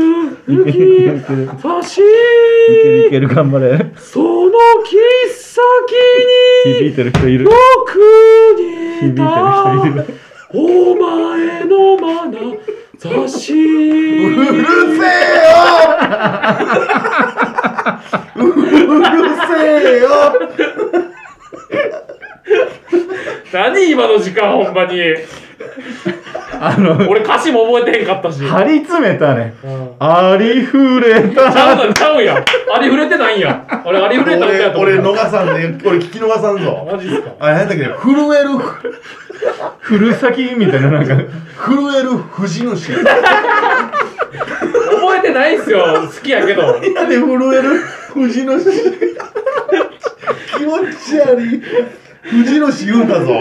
吹き差し
いけるいける頑張れ
その切っ先
響
に
いてる人いる
よく
響い
似
てる
た
人いる
お前の眼差し
う るせえようるせえよ
何今の時間ほんまに
あの
俺歌詞も覚えてへんかったし
張り詰めたね
うん
ありふれ
ちゃう
た
なちゃうやん。ありふれてないんや。あれ、ありふれたみたいやと思
俺、
っ
俺逃さんで、俺聞き逃さん
た。
ぞ。
マジっすか。
あれ、なんだっけ、震える、
古先みたいななんか
震える藤主。
覚えてないっすよ。好きやけど。
いやで震える藤主。気持ち悪い藤野言うんだぞ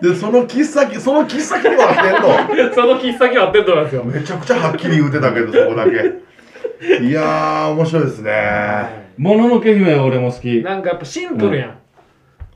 でその切っ先その切っ先では合ってん
その切っ先は合ってると思いますよ
の。めちゃくちゃはっきり言うてたけどそこだけいやー面白いですね
もののけ姫は俺も好き。
なんかやっぱシンプルやん。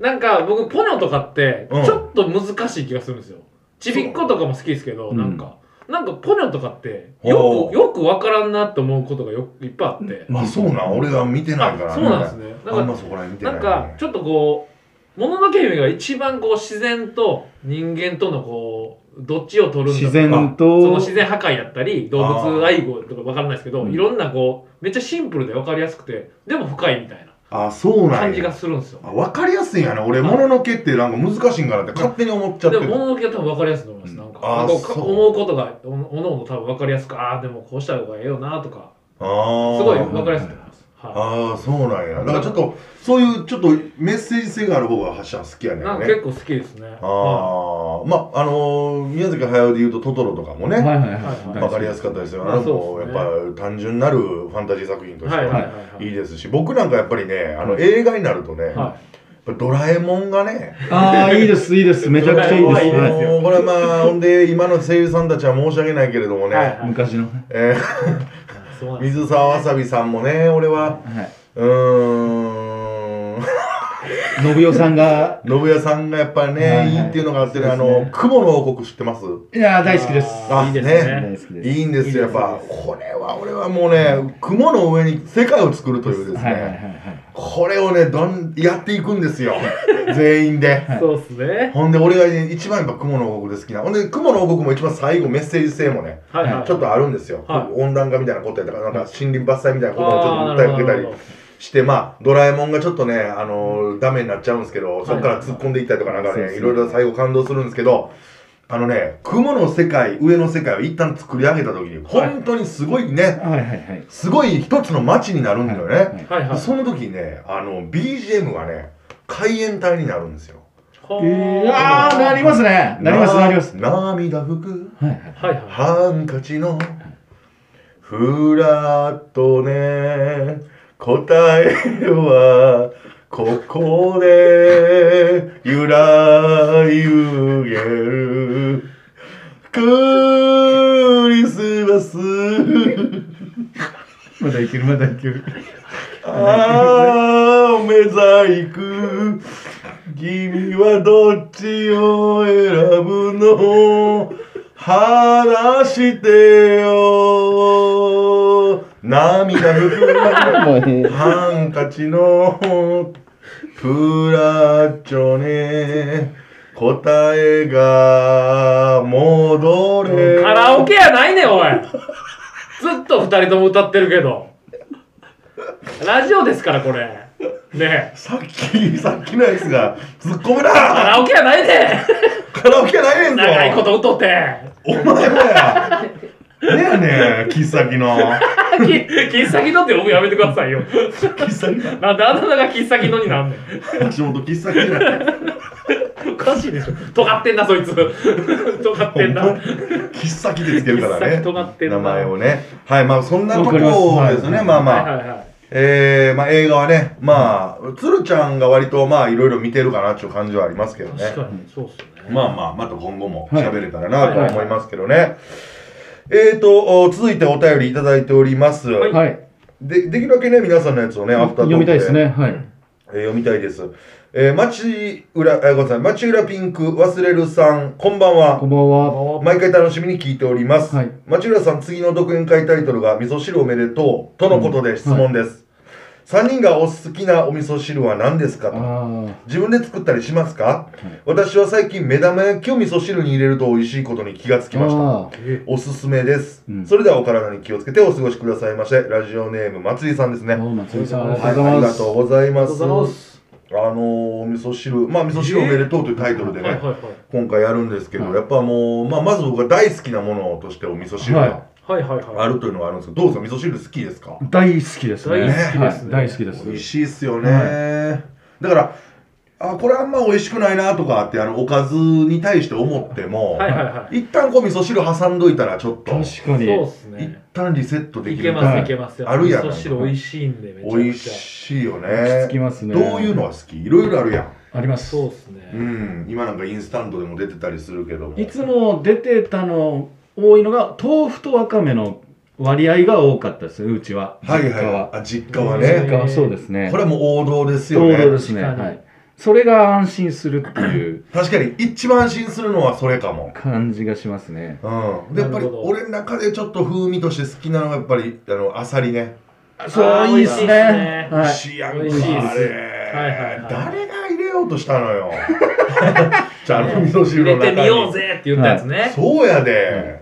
なんか僕、ポニョとかって、
うん
ちょっと難しい気がするんですよ。ちびっことかも好きですけど、
うん
なんか、なんかポニョとかって、
ほ
よ
う
く、よくわからんなって思うことがよくいっぱいあって。
まあそうなん俺が見てないから
あそうなんですね。なん
あん
か
まそこら辺見てない
なんかちょっとこう「もののけ姫」が一番こう自然と人間とのこうどっちを取るんだ
自然
その
と、
自然破壊やったり動物愛護とか分からないですけど、
うん
いろんなこうめっちゃシンプルで分かりやすくてでも深いみたいな
あそうなん
感じ
や
がするんですよ、
あ分かりやすいんやな俺もののけってなんか難しいんかなって勝手に思っちゃっ
で
て
も
た
もののけは多分分かりやすいと思います、なんか
あー
こうか
そう
思うことがおおのおの多分分かりやすくああでもこうした方がええよなとかす
ああ
ごい分かりやすいと思います、はい
ああそうなんやだからちょっとそういうちょっとメッセージ性がある方が発射好きやねんね
なんか結構好きですね
あ
は
あまああのー宮崎駿で言うと「トトロ」とかも
はい
ね
はいはい
はいはい
わかりやすかったですよ
まあ
あのも
そう
う
です
や
ね
っぱ単純なるファンタジー作品
い
として
はいはい
は
はい
い
い
いですし僕なんかやっぱりねあの映画になるとねやっ
は
ぱ
い
ドラえもんがね
ああ、いいです、いいです。めちゃくちゃいい
ド
で
ラえ
す。
もんはいいですよ
もうこれはまあほんで今の声優さんたちは申し訳ないけれども
は
ね
い
昔の。
え
そうなん
ー
です
水沢わさびさんもね俺は
はい。
うーん
信代さんが、
信代さんがやっぱりね、
はいいはい
い、っていうのがあってね、
そう
あ
ですね
の、雲の王国知ってます
いやー、大好きです。
あいいですね
大好きです。
いいんですよ、やっぱ
いい。です
これは、俺はもうね、雲の上に世界を作るというですね、
はいはいはいはい。
これをね、どん、やっていくんです よ。全員で。
そうっすね
ほんで、俺がね一番やっぱ雲の王国で好きな。ほんで、雲の王国も一番最後、メッセージ性もね、
はいはい
ちょっとあるんですよ。
は
温暖化みたいなことやったから、なんか森林伐採みたいなことをちょっと訴
あ
え
ー
てたり
なるほどなるほど
して、まあ、ドラえもんがちょっとね、あのーダメになっちゃうんですけど、そこから突っ込んでいったりとか、なんか
そうです
ね、
ね
いろいろ最後感動するんですけど、あのね、雲の世界、上の世界を一旦作り上げた時に、本当にすごいね、
はいはいはい。
すごい一つの街になるんだよね。
はいはい。
その時にね、あの、BGM がね、海援隊になるんですよ。
は
えー、ああ、なりますね。なります、なります。
涙拭く、
はいは
は
い。
いはい。
ハンカチの、ふらっとね、答えは、ここで、ゆらゆげる、クリスマス、
まだいける、まだいける。
あー、め細工。君はどっちを選ぶの話してよ。涙拭
もうね
くハンカチのプラッチョね。答えが戻れ。
カラオケやないねん、お い。ずっと二人とも歌ってるけど。ラジオですから、これ。ねえ。
さっき、さっきのやつが突っ込む
カ
な
ラオケやないね
カラオケないねん
ん。
ぞ
長いこと歌って。
お前もや。ねやねん、切っ先の。
き喫茶きのって僕やめてくださいよ。
切っ先だ。
なんであだ名が喫茶きのになんねん。
橋本切っ先じゃ ない。
おかしいでしょ。尖ってんな、そい つ。尖ってんな。
ほんま切っ先でつけるから
切っ
ね
先尖って。んな
名前をね。はい、まあそんなとこ
わかり
で
ますす
ね、
はい
まあまあ。
はいはいはい。
えー、まあ映画はね、まあ、つるちゃんが割とまあいろいろ見てるかなっていう感じはありますけどね
確。かに、そうっすね。
まあまあ、また今後も喋れたらなと思いますけどね。えーと、お続いてお便りいただいております。
はい
はい。
でできるだけね、皆さんのやつをね、アフタートークで
読みたいですね。はい。
えー読みたいです。えー、町浦、えー、ごめんなさい、町浦ピンク忘れるさん、こんばん
こ
は。
んばんは。
毎回楽しみに聞いております。
はい
町浦さん、次の独演会タイトルが、味噌汁おめでとう、とのことで質問です。三3人がお好きなお味噌汁は何ですか
あ
と。
あ。
自分で作ったりしますか、私は最近目玉焼きを味噌汁に入れると美味しいことに気がつきました。
あ
え
おすすめです、
うん
それではお体に気をつけてお過ごしくださいませ。ラジオネーム、松井さんですね。
あ。どうも、松井さん、あり
はい、
が
あ
とうご
り
ざい
が
ます
とう。ございま
ありがと
す。
うございます。
あのー、味噌汁、まあ、味噌汁おめでとうというタイトルでね、
はいはいはい。
今回やるんですけど、
はい
やっぱもう、まあ、まず僕が大好きなものとしてお味噌汁が
はいはいはい。
あるというのがあるんですけど、どうですか、味噌汁好きですか
大好きですね。
大好きですね
はい大好きです。
美味しいっすよね、
は
だから、あこれあんま美味しくないなとかってあのおかずに対して思っても、
はいはいは
一旦こう味噌汁挟んどいたらちょっと
確
い。
かに
そうっす
一
ね。
旦リセットで
い
き
け
る
ます
はい
いけます。
あるやん
味噌汁美味しいんで、めちゃくちゃ。
美味しいよ
落
ね
ち着きますね
どういうのが好きいろいろあるやん
あります
そうっすね。
うん今なんかインスタントでも出てたりするけども
いつも出てたの多いのが豆腐とわかめの割合が多かったですうちは
はい
実家
はいあ実家は
実
ね
家はそうですね
これはもう王道ですよ
王道で
ね
すね
確かに
はいそれが安心するっていう
確かに一番安心するのはそれかも
感じがしますね
うん、でやっぱり
なるほど
俺の中でちょっと風味として好きなのがやっぱりあのアサリね、
そういいで
美味しいっ
す
すね
ねはい
シアン
美味しいです
あれ、
はいはいはい
誰が入れようとしたの よじゃああの味噌
入
汁の
れ
中
て
に
みようぜって言ったやつね。
そうやで、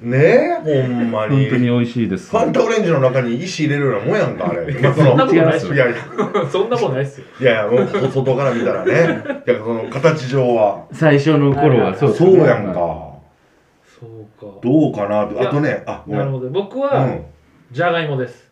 ねえほんま
本
に
当に美味しいです
ファンタオレンジの中に石入れるようなもんやんかあ れまあその
そんなことないっす
いやい
そんなことないっすよ。
やいやもう外から見たらねいやその形上は
最初の頃
はいはい
はそうです
そ
ね
うやんか、
は
そうか。
どうかなって
いや
あとねあごめ
なんるほど。僕
う
は、
ん
じゃがいもです。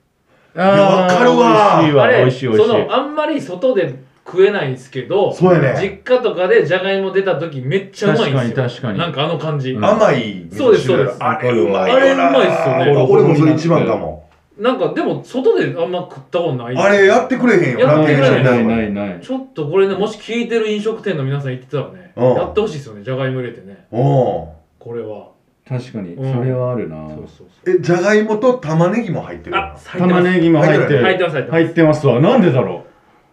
いあー
いやわかるわ
美味しい
あ
わ
れ
美味しい美味し
そ
い
のあんまり外で食えないんですけど、
そうやね
実家とかでじゃがいも出た時めっちゃうまいんですよ
確かに確かに
なんかあの感じ、
うん
甘い味噌汁
そうですそうです
あれうまいよな
あれうまいっすよね
俺俺もそれ一番かも
なんかでも外であんま食ったことない
あれやってくれへんよ
やってくれ
ラーメン屋さん
ない
とか
な
で
いない
ちょっとこれねもし聞いてる飲食店の皆さん言ってたらね、
うん
やってほしいですよねじゃがいも入れてね
うん
これは、
確かに
うん
それはあるな
そうそうそう
えじゃがいもと玉ねぎも入ってるよな
あ咲いて
玉
ます
ねぎも入って
入っ
る
てます入ってます
入ってますわなんでだろう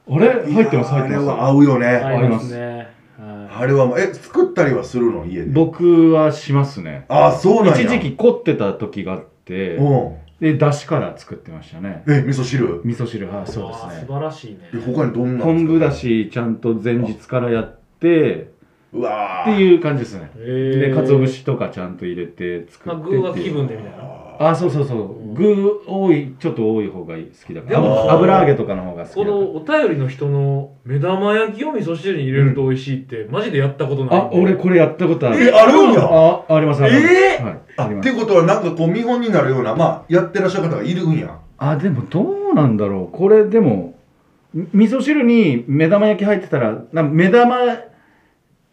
あれ入ってます
いや
入っ
あれ
て
は
ま
合うよね
入
入
りま
りますす
ねは
あれはもうえ作ったりはするの家
す
で
僕はしますね
あそうなんや
一時期凝ってた時があって
うん
で出汁から作ってましたね
え味噌汁
味噌汁はい
い
そうで
わあ
す
素
ね
晴らしいね
え他にどんな
昆布だしちゃんと前日からやって
うわ
っ
う
ていう感じですね
え
で
ー、
鰹節とかちゃんと入れて作
まあ
ってっ
具は
て
気
いう
分でみたいな
あ
あそうそうそう具多いちょっと多い方がいい好きだか
で
も
ら油揚げとかの方が好き
こ
だか
のお便りの人の目玉焼きを味噌汁に入れると美味しいって、マジでやったことない
らあ俺これやったことあ
え
る
あるんや
あありますあります
え
はい
あ
あり
っ
ま
て
す
ことはなんかこう見本になるようなまあやってらっしゃる方がいるんや
あでもどうなんだろうこれでもみ味噌汁に目玉焼き入ってたらな目玉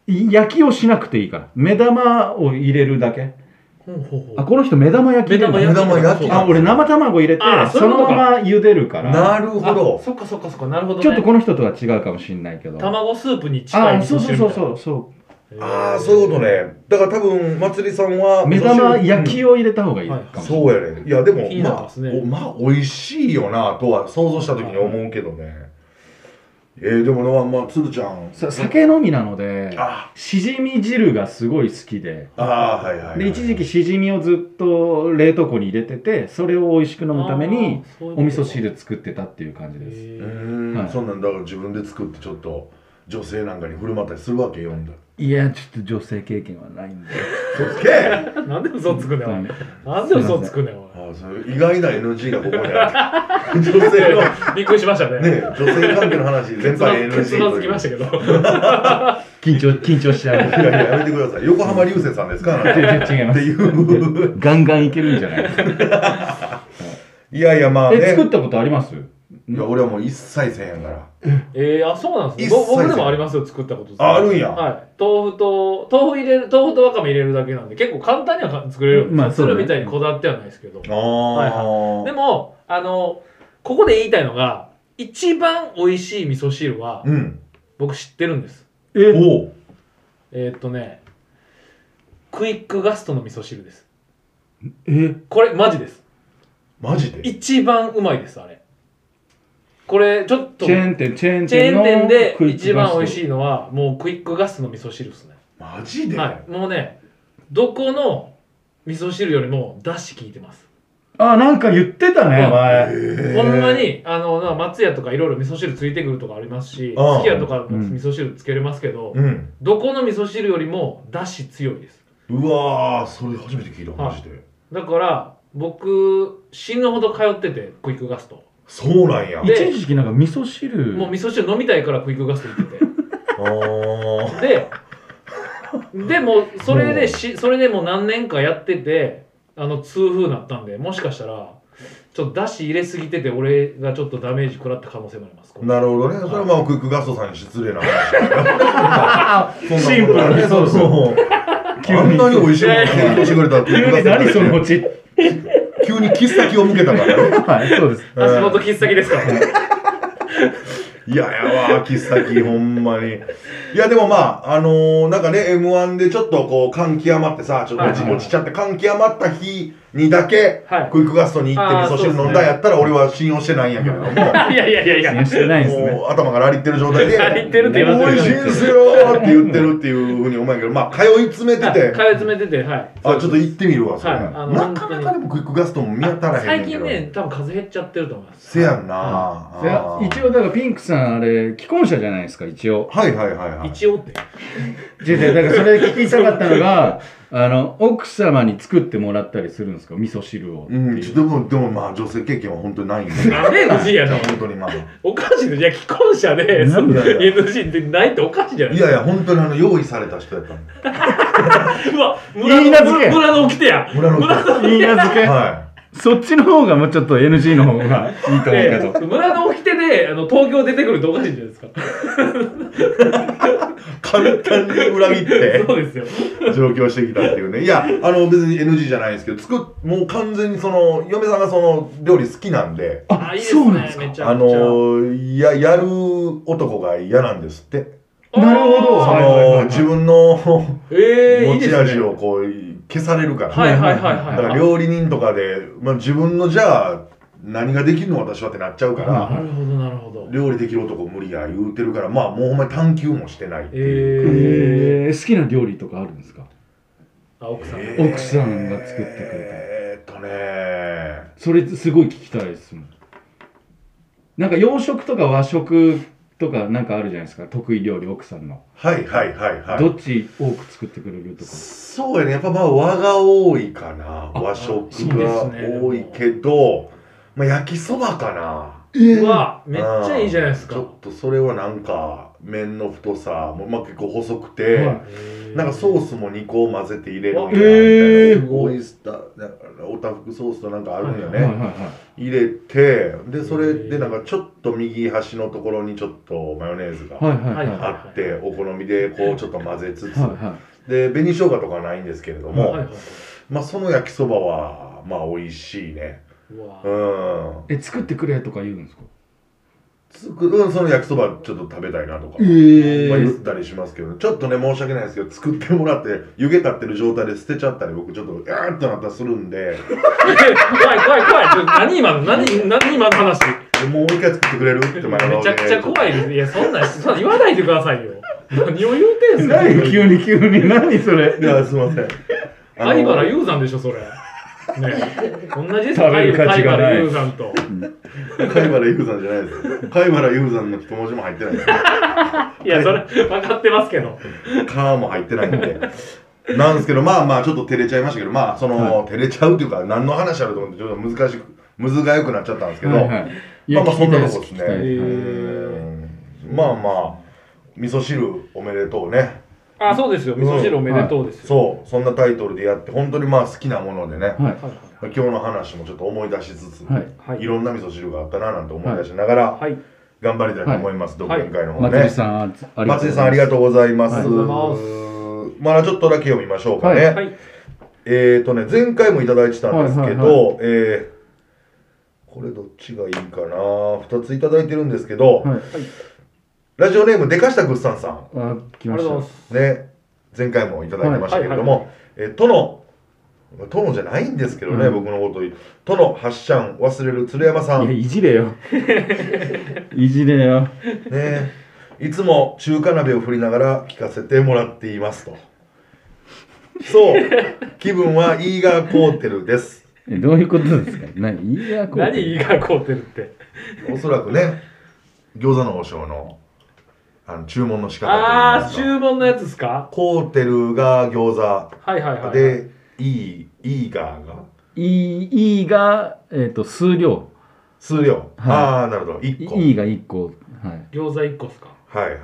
焼きをしなくていいから目玉を入れるだけ
ほうほうほう
あこの人目玉焼き入れるの
目玉焼き
あ俺生卵入れて
あそうい
そう
こ
の
とか
まま茹でるから
なるほ
あ
ど
そっかそっかそっかなるほど、ね、
ちょっとこの人とは違うかもしれないけど
卵スープに近い
あ
味
そ
噌
うそう
汁
そうそうそ
ああそういうこと
ね
ねだから多分まつりさんは
う目玉焼
き
きを入れた方がいいか
はい
もしれない
そうやねいやでも
気になってますね
まあおまあ美味しいよなとは想像した時に思うけどねえー、でもなまあつるちゃん
さ酒飲みなので
あ
しじみ汁がすごい好きで
あーはいはい、はい、
で一時期しじみをずっと冷凍庫に入れててそれを美味しく飲むためにお味噌汁作ってたっていう感じです
う
へ
ー
ー
ん、
はい
そんなんだから自分で作ってちょっと女性なんかに振る舞ったりするわけよんだ
いやちょっと女性経験はないんで
そつけ あ
なんで嘘つくねんおい
本当に
なんで嘘つくねんお
ーそれ意外な NG がここにある女性のね
いびっくりしましたね
女性関係の話全
結
般
論
NG
結論つきました
い
けど
緊張緊張しちゃう
やいややめてください横浜流星さんですかあなたっ
全然違いま
て
す
いう
ガンガンいけるんじゃないですか
いやいやまあね
え作ったことあります
いや俺はもう一切せえへんから
えー、あそうなんです
一
ね
切
ぼ僕でもありますよ作ったこと
ああるんや
はい豆腐と豆腐入れる豆腐とわかめ入れるだけなんで結構簡単にはか作れるんですよ、
まあそうね
鶴みたいにこだわってはないですけど
ああ、
はいでもあのここで言いたいのが一番美味しい味噌汁は
うん
僕知ってるんです
え
おう
えーっとねクイックガストの味噌汁です
え
これマジです
マジで
一番うまいですあれこれちょっと
チェーン店チェーン
チェ
店
ーン
の
店で
クイッ
一
クガス
番
ト
美味しいのはもうクイックガストの味噌汁ですね
マジで、
はいもうねどこの味噌汁よりもだし効いてます
あなんか言ってたね
うん
え
前
ー
ほんまに、あの、な松屋とかいろいろ味噌汁ついてくるとかありますし、
ああ
すき家とかも
うん
味噌汁つけれますけど、
うん
どこの味噌汁よりもだし強いです。
うわーそれ初めて聞いた
は
マ
い
ジで、
だから、僕、死ぬほど通ってて、クイックガスト。
そうなんや
で
一時期なんか味噌汁
もう味噌汁飲みたいからクイックガスト行って
あー
て。で、でも、それでし、それでもう何年かやってて、あの、痛風になったんで、もしかしたら、ちょっと出汁入れすぎてて、俺がちょっとダメージ食らった可能性もあります。これ
なるほどね。それはまあ、クックガストさんに失礼な話。そんなこと
シンプルね
そうそう。
急に
あんなに美味しいものを提供してくれたって
急に何そのう
ち。
ち。
急に切っ先を向けたからね。
はい、そうです。
あ仕事切っ先ですからね。
いややわ、切っ先、ほんまに。いや、でもまあ、あのー、なんかね、M1 でちょっとこう、感極まってさ、ちょっと
はい
落ち落ちちゃって、感極まった日にだけ、
はい
クイックガストに行って
あー
味噌
そうです
汁
ね
飲んだやったら、俺は信用してないんやけれども。
いやいやいやいや。
信用してないんですね。
もう頭がラリってる状態で、
ラリってるって言わ
美
れ
味
て
しい
る
ですよーって言ってるっていうふうに思うんやけど、まあ、通い詰めて
はい
て、
通い詰めてて、はい。
あ、ちょっと行ってみるわ、それ。
はいあの
なかなかでもクイックガストも見当たらへんね
最
んけ
近
ど。
ね、多分風減っちゃってると思います。
せやんな、
いや
あー
一応だからピンクさんあれ既婚者じゃないですか一応
はいはいはいはい。
一応って。
違う違うだからそれ聞きたかったの があの奥様に作ってもらったりするんですか味噌汁をって
うん、
い
ちょ
う、
でも、でもまあ、女性経験は本当にないんで。
なんで NG やの
本当にまあ。い
おかしいのじゃあ既婚者で、
な
そ
ん
ん
だ
な
よ
NG って ないっておかしいじゃない
やいや、本当にあの、用意された人やったの。
うわ、村
いい名付
の
け
村の掟や。
村の人。
言い名付け、
は
そっちの方がもうちょっと NG の方がいいと思うけど
で村の掟であの東京出てくるとおかしいじゃないですか。
い。簡単に裏切って、
そうですよ。
上京してきたっていうね。いや、あの、別に NG じゃないですけど、作っ、もう完全にその、嫁さんがその、料理好きなんで、
あ
あいいです
そ
ね
うなんです
め
か
ちゃくちゃ。
あの、や、やる男が嫌なんですって。
あー
なるほど
そ
はいはいはいは
の、
い
自分の 持
ええいいで
ち
すね。
味をこう、消されるから。
はいはいはい
だか
は
ら
い。
料理人とかで、まあ、自分のじゃあ何ができるの私はってなっちゃうか
は
ら
なるほどなるほど。
料理できる男無理や言うてるからまあもうほんまに探求もしてないっていう、
ええ
えー、好きな料理とかあるんですか
あ奥さん。
え
え
ー
奥さんが作ってくれた
えーっとね
それすごい聞きたいですもんなんか洋食とか和食とかなんかあるじゃないですか得意料理奥さんの、
はいはいはいはい
どっち多く作ってくれるとか
そうやねやっぱまあ和が多いかな和食が多いけどまあ焼きそばかな
え
ー、うわめっちゃいいじゃないですか。
ちょっとそれはなんか麺の太さもまあ結構細くて、
はい
なんかソースも2個混ぜて入れるんやみたいな、
えー
オイスターだからオタフクソースとなんかあるんよね、
はいはいはい
入れてでそれでなんかちょっと右端のところにちょっとマヨネーズ
は
が
いはいはい
は
あってお好みでこうちょっと混ぜつつ、
はいは
で紅生姜とかはないんですけれども、
はいはい。
まあその焼きそばはまあ美味しいね
うわ
う。ん
いえ作ってくれとか言うんですか
つく、うん、その焼きそばちょっと食べたいなとか、
え
まあ、言ったりしますけど、ちょっとね、申し訳ないですけど、作ってもらって、湯気立ってる状態で捨てちゃったり、僕、ちょっと、えーっとなったりするんで、
怖い怖い怖い。ちょっと何今の何何今の話。
でもう一回作ってくれるって前
めちゃくちゃ
い。
怖いです。いやそんなそんな言わないでくださいよ。何を言うてんすか。
何急に急 に何それ
いや、すいません。あの
貝原雄山でしょそれ。ね、同じです
食べる価値が
貝原
ない
雄山 と。
貝原雄山じゃないです。貝原雄山の一文字も入ってないです。
いや、それ、分かってますけど。
カーも入ってないんで。なんですけど、まあまあ、ちょっと照れちゃいましたけど、まあ、その、照れちゃうというか、何の話あると思って、ちょっと難しく、難がよくなっちゃったんですけど、
い
ま
や
あまあそんなとこですね
聞きたい
へ
聞きたい
ー
うんまあまあ、味噌汁おめでとうね。
あ、そうですよ。味噌汁おめでとうですよ。
そう、そんなタイトルでやって、本当にまあ好きなものでね、
はい
は
今日の話もちょっと思い出しつつ、、
はい
い。はいい。
ろんな味噌汁があったななんて思い出しながら、
はい。
頑張りたいと思います、
い
独演会の方ね。
松井さんあありがとう
松井さんありがとうございます。
ありがとうござい
まだちょっとだけ読みましょうかね。
はい。
えっ、ー、とね、前回もいただいてたんですけど、
はい
えーこれどっちがいいかな2ついただいてるんですけど、
はい
ラジオネームでかしたぐっさんさ
あ来
あ
ま
りがとうご
し
ざいます。
んね前回もいただいてましたけれど
はい
も「えー殿」殿じゃないんですけどね、
うん
僕のこと「殿はっしゃん忘れる鶴山さ
た
ん
い」やいじ れよいじれよ
ねいつも中華鍋を振りながら聞かせてもらっていますと そう気分はイーガーコーテルです
えどういうことですか何いやこう
何いいがこうてるって。
おそらくね餃子の王将のあの注文の仕方といい
あ
ま
ー、
すか
注文のやつですか
コーテルが餃子
はいはいはい。
でイーイーガーが
いいいいがえっと数量
数量、
はい
ああなるほど
い
1個
いいが一個はい
餃子一個ですか
はいはいは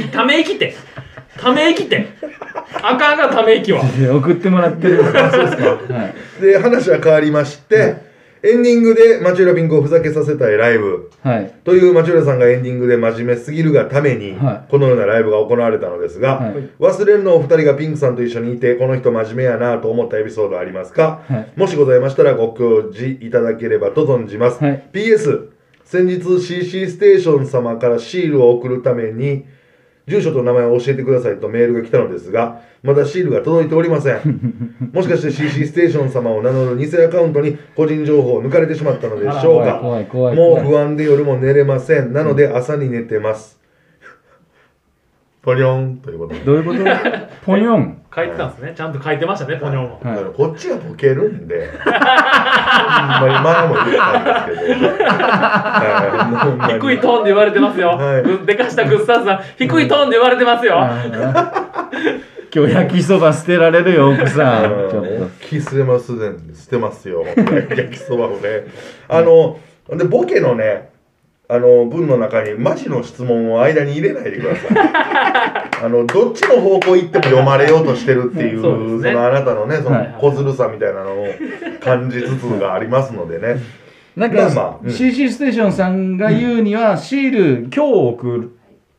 い
ため息ってため息ってあかんがため息は
で 送っても らってる。そうですか。はい。
で話は変わりまして、エンディングで町浦ピンクをふざけさせたいライブ
はい。
という町浦さんがエンディングで真面目すぎるがために、
は
このようなライブが行われたのですが、
はい
忘れるのお二人がピンクさんと一緒にいてこの人真面目やなと思ったエピソードありますか、
はい
もしございましたらご教示いただければと存じます、
はい
PS 先日 CC ステーション様からシールを送るために住所と名前を教えてくださいとメールが来たのですがまだシールが届いておりませ んもしかして CC ステーション様を名乗る偽アカウントに個人情報を抜かれてしまったのでしょうか
怖い怖い怖い
もう
怖い。
不安で夜も寝れませんなので朝に寝てます、ポニョンということで
どういうこと？ポニョン。
書いてたんですねちゃんと書いてましたねポニョンも
は
だ
い
からこっちがボケるんで ほんまに前も言ったんですけど はいほんまに
低いトーンで言われてますよ、
はい
ぐでかしたグッサンさん低いトーンで言われてますよ、
今日焼きそば捨てられるよ奥さん。ちょっと。
キスれますね捨てますよ焼きそばをねあのでボケのねあの文の中にマジの質問を間に入れないでくださいあのどっちの方向行っても読まれようとしてるっていう,、
そう
そ
ですね
のあなたのねそ
はい
の小ずるさみたいなのを感じつつがありますのでね
なん
ま
か、
あまあうん
CC ステーションさんが言うには、シール今日送っ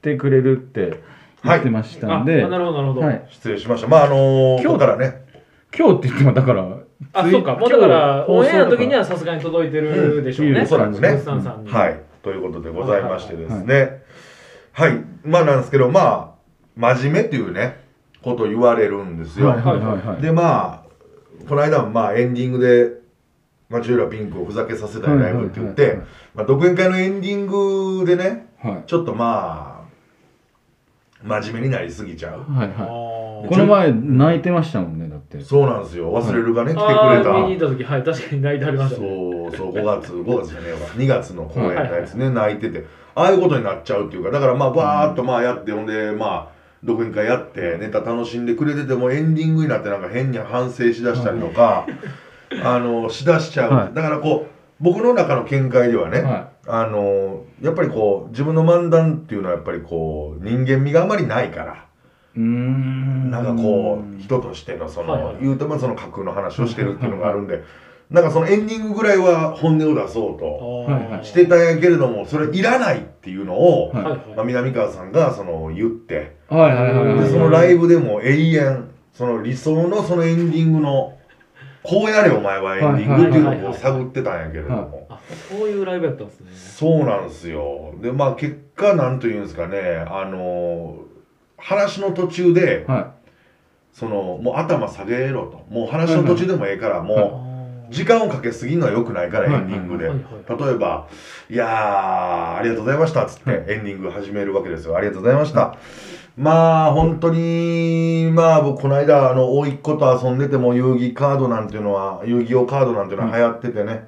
てくれるって言ってましたんで、
あなるほどなるほど、
はい
失礼しましたまああの今
今日
日からね
今日って言ってもだから
あ
ツイ
そうかもうだから
今日
オンエアの時に
放
はさすがに届いてるでしょう
うん
ね、
おそらくね
グッサンさんに、
はいということでございましてですねはい、まあなんですけどまあ真面目っていうねこと言われるんです
送
よ、
だからはいはいはいはい
でまあこの間もまあエンディングで町浦ピンクをふざけさせたいライブって言っ
はいは
て
いはいはい
まあ独演会のエンディングでね
はい
ちょっとまあ真面目になりすぎちゃう
はい
あ
は
ー
いこの前泣いてましたもんねだって
そうなんですよ忘れるがね、
あ
来てくれ
ー
た
見に行った時はい確かに泣いてありましたね
そうそう5月5月じゃねえわ2月の公演のやつね泣いててああいうことになっちゃうっていうかだからまあバーっとまあやってほんでまあ独演会やってネタ楽しんでくれててもエンディングになってなんか変に反省しだしたりとか、あのしだしちゃう、
はい
だからこう僕の中の見解ではね、
は
あのやっぱりこう自分の漫談っていうのはやっぱりこう人間味があまりないから。
うーん
なんかこう人としてのその、
はいはい
言うとまあその架空の話をしてるっていうのがあるんで、なんかそのエンディングぐらいは本音を出そうと
はいはい
してたんやけれどもそれいらないっていうのを、
はい
まあ、南川さんがその言って
はいはいはいは
で
い
そのライブでも永遠その理想のそのエンディングのこうやれお前はエンディングっていうのをこう探ってたんやけれども。
はいは
あそういうライブやったんですね
そうなんですよでまあ結果なんというんですかねあの話の途中で、
は
そのもう頭下げろともう話の途中でもええから、
はい
もう時間をかけすぎるのはよくないから、
はい
エンディングで、
はいはい
例えば「いやーありがとうございました」っつって、エンディング始めるわけですよ「ありがとうございました」まあ本当にまあ僕この間あの甥っ子と遊んでても遊戯カードなんていうのは遊戯王カードなんていうのは流行っててね、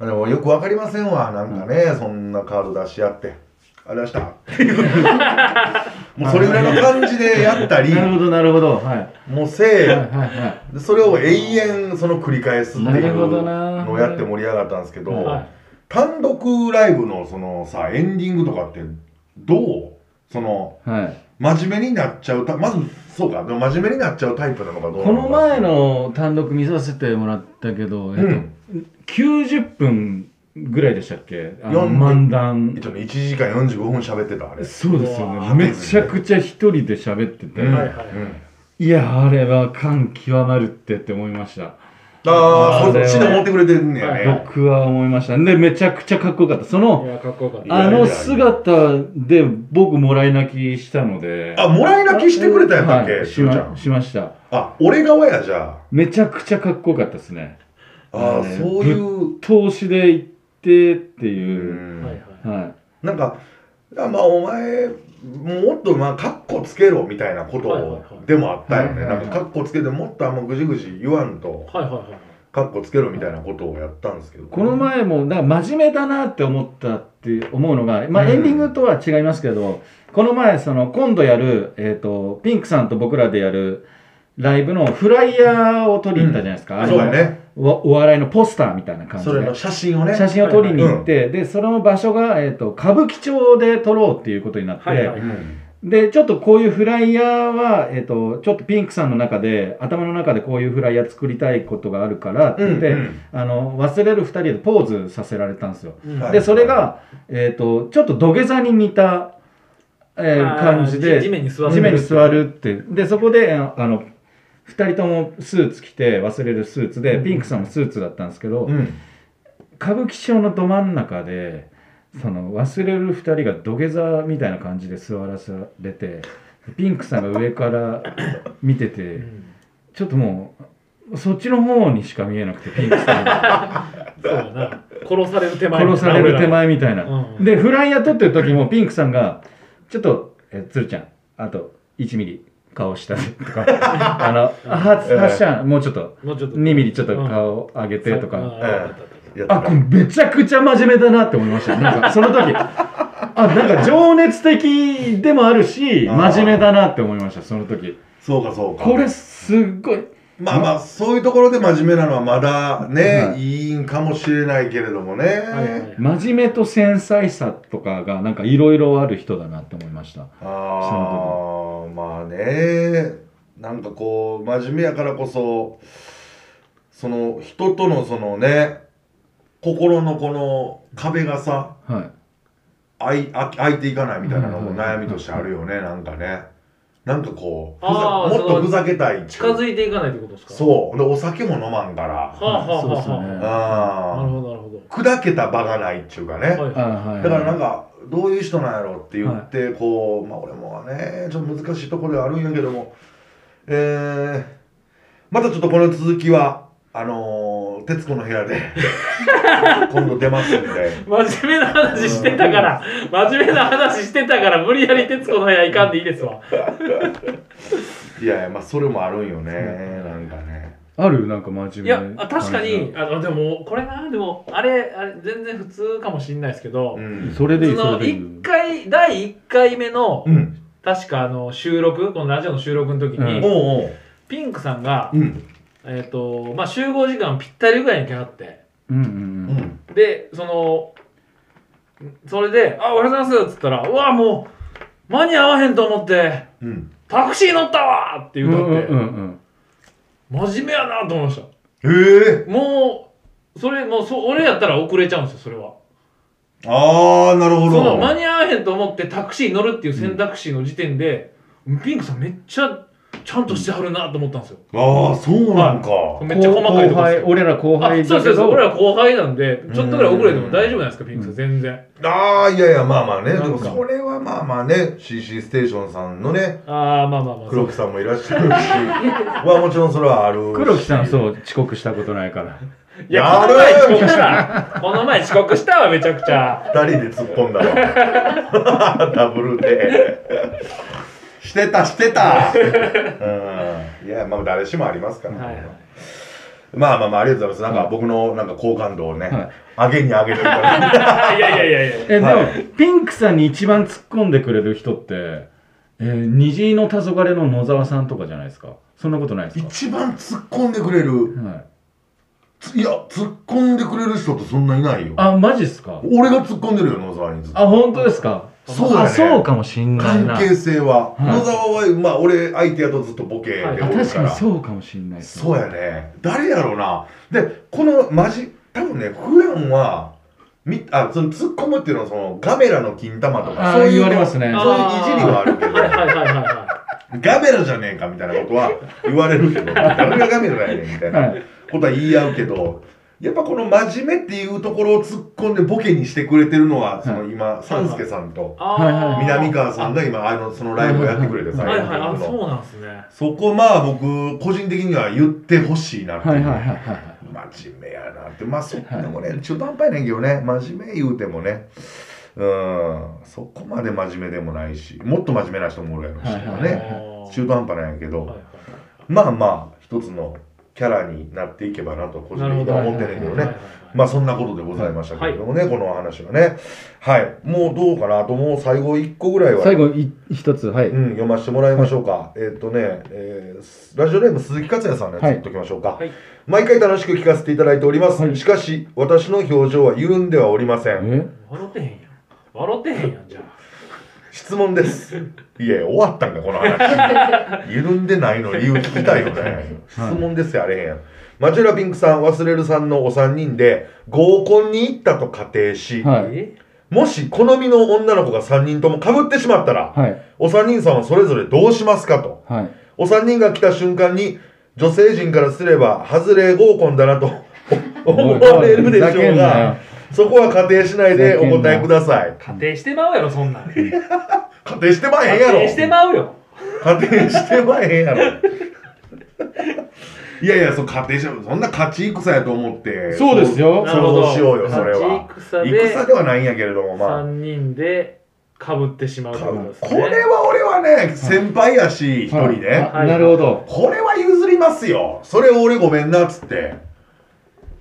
あのよくわかりませんわなんかね、そんなカード出し合って「ありがとうござ いました」もうそれぐらいの感じでやった
い
り
なるほどなるほどはい
もうせい
はいはいは
でそれを永遠その繰り返すって
ないる
う
ほどな
のをやって盛り上がったんですけど、
はい
単独ライブのそのさエンディングとかってどうその
いはい
真面目になっちゃうたまずそうかでも真面目になっちゃうタイプなのかどうな
こ
のか
の前の単独見させてもらったけど、えっと
うん
90分ぐらいでしたっけあの
四
漫談
一応ね1時間45分喋ってたあれ
そうですよ
う
ね
わ
めちゃくちゃ一人で喋ってて、
うん
はいはい
うん
いやあれは感極まるってって思いました
あ
あ
あ
れ
そ
は
っちで持ってくれてんねやね、
は
僕は思いましたでめちゃくちゃかっこよかったその
いやかっこよかった
あの姿で僕もらい泣きしたので
あもらい泣きしてくれたやったっけ、
はい
しゅうちゃん
しましました
あ俺側やじゃ
めちゃくちゃかっこよかったですね
あああ
ね
そういう、
投資で行ってっ
う
ていう、
ん
はいはい
は
なんか、あまあ、お前、もっと、まあ、かっこつけろみたいなこ
はいはいは
と
い
でもあったよね。
はいはい
な
は
ん
い
か、かっこつけて、もっとあんまぐじぐじ言わんと、
はいはいはい
かっこつけろみたいなことをやったんですけど。
い、この前もだから真面目だなって思ったって思うのが、まあ、
うん
エンディングとは違いますけど、この前その今度やる、えー、とピンクさんと僕らでやるライブのフライヤーを取りに行ったじゃないですか、あ
そう
の
やね。
おお笑いのポスターみたいな感じ
それの
で
写真をね。
写真を撮りに行って、でその場所が、えー、と歌舞伎町で撮ろうっていうことになって、
はいはい
うん
で、ちょっとこういうフライヤーは、えっ、と、ちょっとピンクさんの中で、頭の中でこういうフライヤー作りたいことがあるからって言って、あの、忘れる二人でポーズさせられたんですよ。
はい
で、それが、えっ、と、ちょっと土下座に似た、えー
あー
感じで、
地面に座る
地面に座るってでそこであのあの2人ともスーツ着て忘れるスーツで、ピンクさんもスーツだったんですけど、
うん
歌舞伎町のど真ん中でその忘れる2人が土下座みたいな感じで座らされてピンクさんが上から見て
う
て
ん
ちょっともうそっちの方にしか見えなくてピンクさんが
そうだな殺される手前
殺される手前みたい
俺ら
な。
うん
でフライヤー撮ってる時もピンクさんが「ちょっとえ鶴ちゃんあと1ミリ顔した」とか「あのあははっしゃんもうちょっと
もうちょっと
2ミリちょっと顔上げて」とか。
あああったあった
やってた
あ、これめちゃくちゃ真面目だなって思いました。なんか、その時。あ、なんか情熱的でもあるし、
あー
真面目だなって思いました、その時。
そうかそうか
これすっごい。
まあまあそういうところで真面目なのはまだね、
はい
い、いんかもしれないけれどもね、
はいはいはい
真面目と繊細さとかが、なんかいろいろある人だなって思いました。
ああまあねなんかこう真面目やからこそその人とのそのね心のこの壁がさ
はい。
あいあ開いていかないみたいなのも
うんはいはい
悩みとしてあるよねなんかねなんかこうふざ
あー
もっ
そ
と
の
ふざけたい
近づいていかないってことですかう
そうでお酒も飲まんか
は
ら
あはあ
そう
は
です
あ
よね
はあなる
あ
ほどなるほ
あ砕けた場がないっちゅうかね、
どはい
あ
は
はい。
だからなん
か、
かどういう人なんやろって言って、こうまあ俺もねちょっと難しいところではあるんやけどもえー、またちょっとこの続きはあのー、徹子の部屋で 今度出ますんで。
い真面目な話してたから真面目な話してたから無理やり徹子の部屋行かんでいいですわ
いやいやまあそれもあるんよねなんかね
あるなんか真面
い
目。
やあ確かに。あのでもこれなでもあれあれ全然普通かもしんないですけど、
うん
それでいい、
そ
そ
の
れでい
一
い。
回第1回目の
うん
確かあの収録このラジオの収録の時に、
うん
おうおう
ピンクさんが、
うん
えっ、とまあ集合時間ぴったりぐらいに来はって
うんう
うんん
でそのそれで「あおはようございます」っつったら「うわもう間に合わへんと思って
うん
タクシー乗ったわ!」って
う
言
ん。
う
う
た
ん
っ
う
て、
んうん
真面目やなと思いまし
ええ
たもうそれもうそ俺やったら遅れちゃうんですよそれは
ああなるほ
その
ど
間に合わへんと思ってタクシー乗るっていう選択肢の時点で、ピンクさんめっちゃちゃんとしてはるなと思ったんですよ、
ああそうなんか、
めっちゃ細かいとこで
後
す
輩、
よ
俺ら後
あ、そう
輩
で
だ
すそ
け
うです
ど
俺ら後輩なんで、ちょっとぐらい遅れても大丈夫なんですか、ピンクさん、全然。
ああいやいやまあまあねで
なんか
もそれはまあまあね CC ステーションさんのね
ああ、まあまあまあ。
黒木さんもいらっしゃるし はもちろんそれはあるし
黒木さんそう、遅刻したことないから。
いや、この前遅刻した。この前遅刻したわ、めちゃくちゃ。
二人で突っ込んだわ ダブルでしてたしてた、うん、いやまあ誰しもありますから、
はいはい
まあまあまあありがとうございますなんか僕のなんか好感度をね、上げに上げてるから
いやいやいやいや。
えでも、
は
ピンクさんに一番突っ込んでくれる人って、えー、虹の黄昏の野沢さんとかじゃないですかそんなことないですか、
一番突っ込んでくれる
はい、
ついや突っ込んでくれる人ってそんないないよ
あマジっすか
俺が突っ込んでるよ野沢にずっと
あ本当ですか
そうだね
あそうかもしんないな
関
あ
係性は、
はい
野沢はまあ俺相手やとずっとボケでおるから、
確かにそうかもしんないです
そうやね誰やろうなでこのマジ多分ね普段はみあその突っ込むっていうのはそのガメラの金玉とか
あ
そ
あ
ういう
言われますね
そういういじりはあるけ
はいはいはいはいは
どガメラじゃねえかみたいなことは言われるけど誰がガメラやねんみたいな
はい
ことは言い合うけどやっぱこの真面目っていうところを突っ込んでボケにしてくれてるのはその今三助さんと
い。あ
はいはい
ー
南川さんが今あのそのライブをやってくれて
さ
最
ん
はい
後
はい、あ、
の
そうなんですね。
そこまあ僕個人的には言ってほしいなってい
は
う
いはいはいは
真面目やなってまあそんなもんね、中途半端やねんけどね真面目言うてもねうんそこまで真面目でもないしもっと真面目な人もおるやろうし、
はいはい
あ
ね
ー
中途半端なんやけど、
はいはい
まあまあ一つのキャラになっていけばなと個人
なるほ
的に
ど
は思ってんねんけど
はい
ね
はいはいはい
まあそんなことでございましたけれどもね、この話はねはいもうどうかなあともう最後一個ぐらい
い
は
最後い一つはい、
うん、読ませてもらいましょうか、えーっ、とね、えーすラジオネーム鈴木克也さんのやつ
はい
言っときましょうか、
はい
毎回楽しく聞かせていただいております、
はい
しかし私の表情は緩んではおりません
え
笑ってへんやん。笑ってへんやん、じゃあ。
質問です。いや、終わったんか、この 話。緩んでないの理由聞きたいよね。質問ですよ、あれへんやん。マチュラピンクさん、忘れるさんのお三人で合コンに行ったと仮定し、
はい
え
もし好みの女の子が三人とも被ってしまったら、
はい
お三人さんはそれぞれどうしますかと。
はい
お三人が来た瞬間に、女性陣からすれば、外れ合コンだな と思われるでし
ふざけ
ょうん
なよ
が、そこは仮定しないでお答えください。
仮定してまうやろそんなん仮
仮定してまへんやろ
定してまうよ
仮定してまへんやろ いやいやそう仮定してそんな勝ち戦やと思って
そうですよ
想像しようよ
な
それ
るほど
は
勝ち
戦
戦
で
で
はないんやけれどもまあ
3人でかぶってしまうってことですね
これは俺はね先輩やし一
は
人
い
ね
あなるほど
これは譲りますよそれ俺ごめんなっつって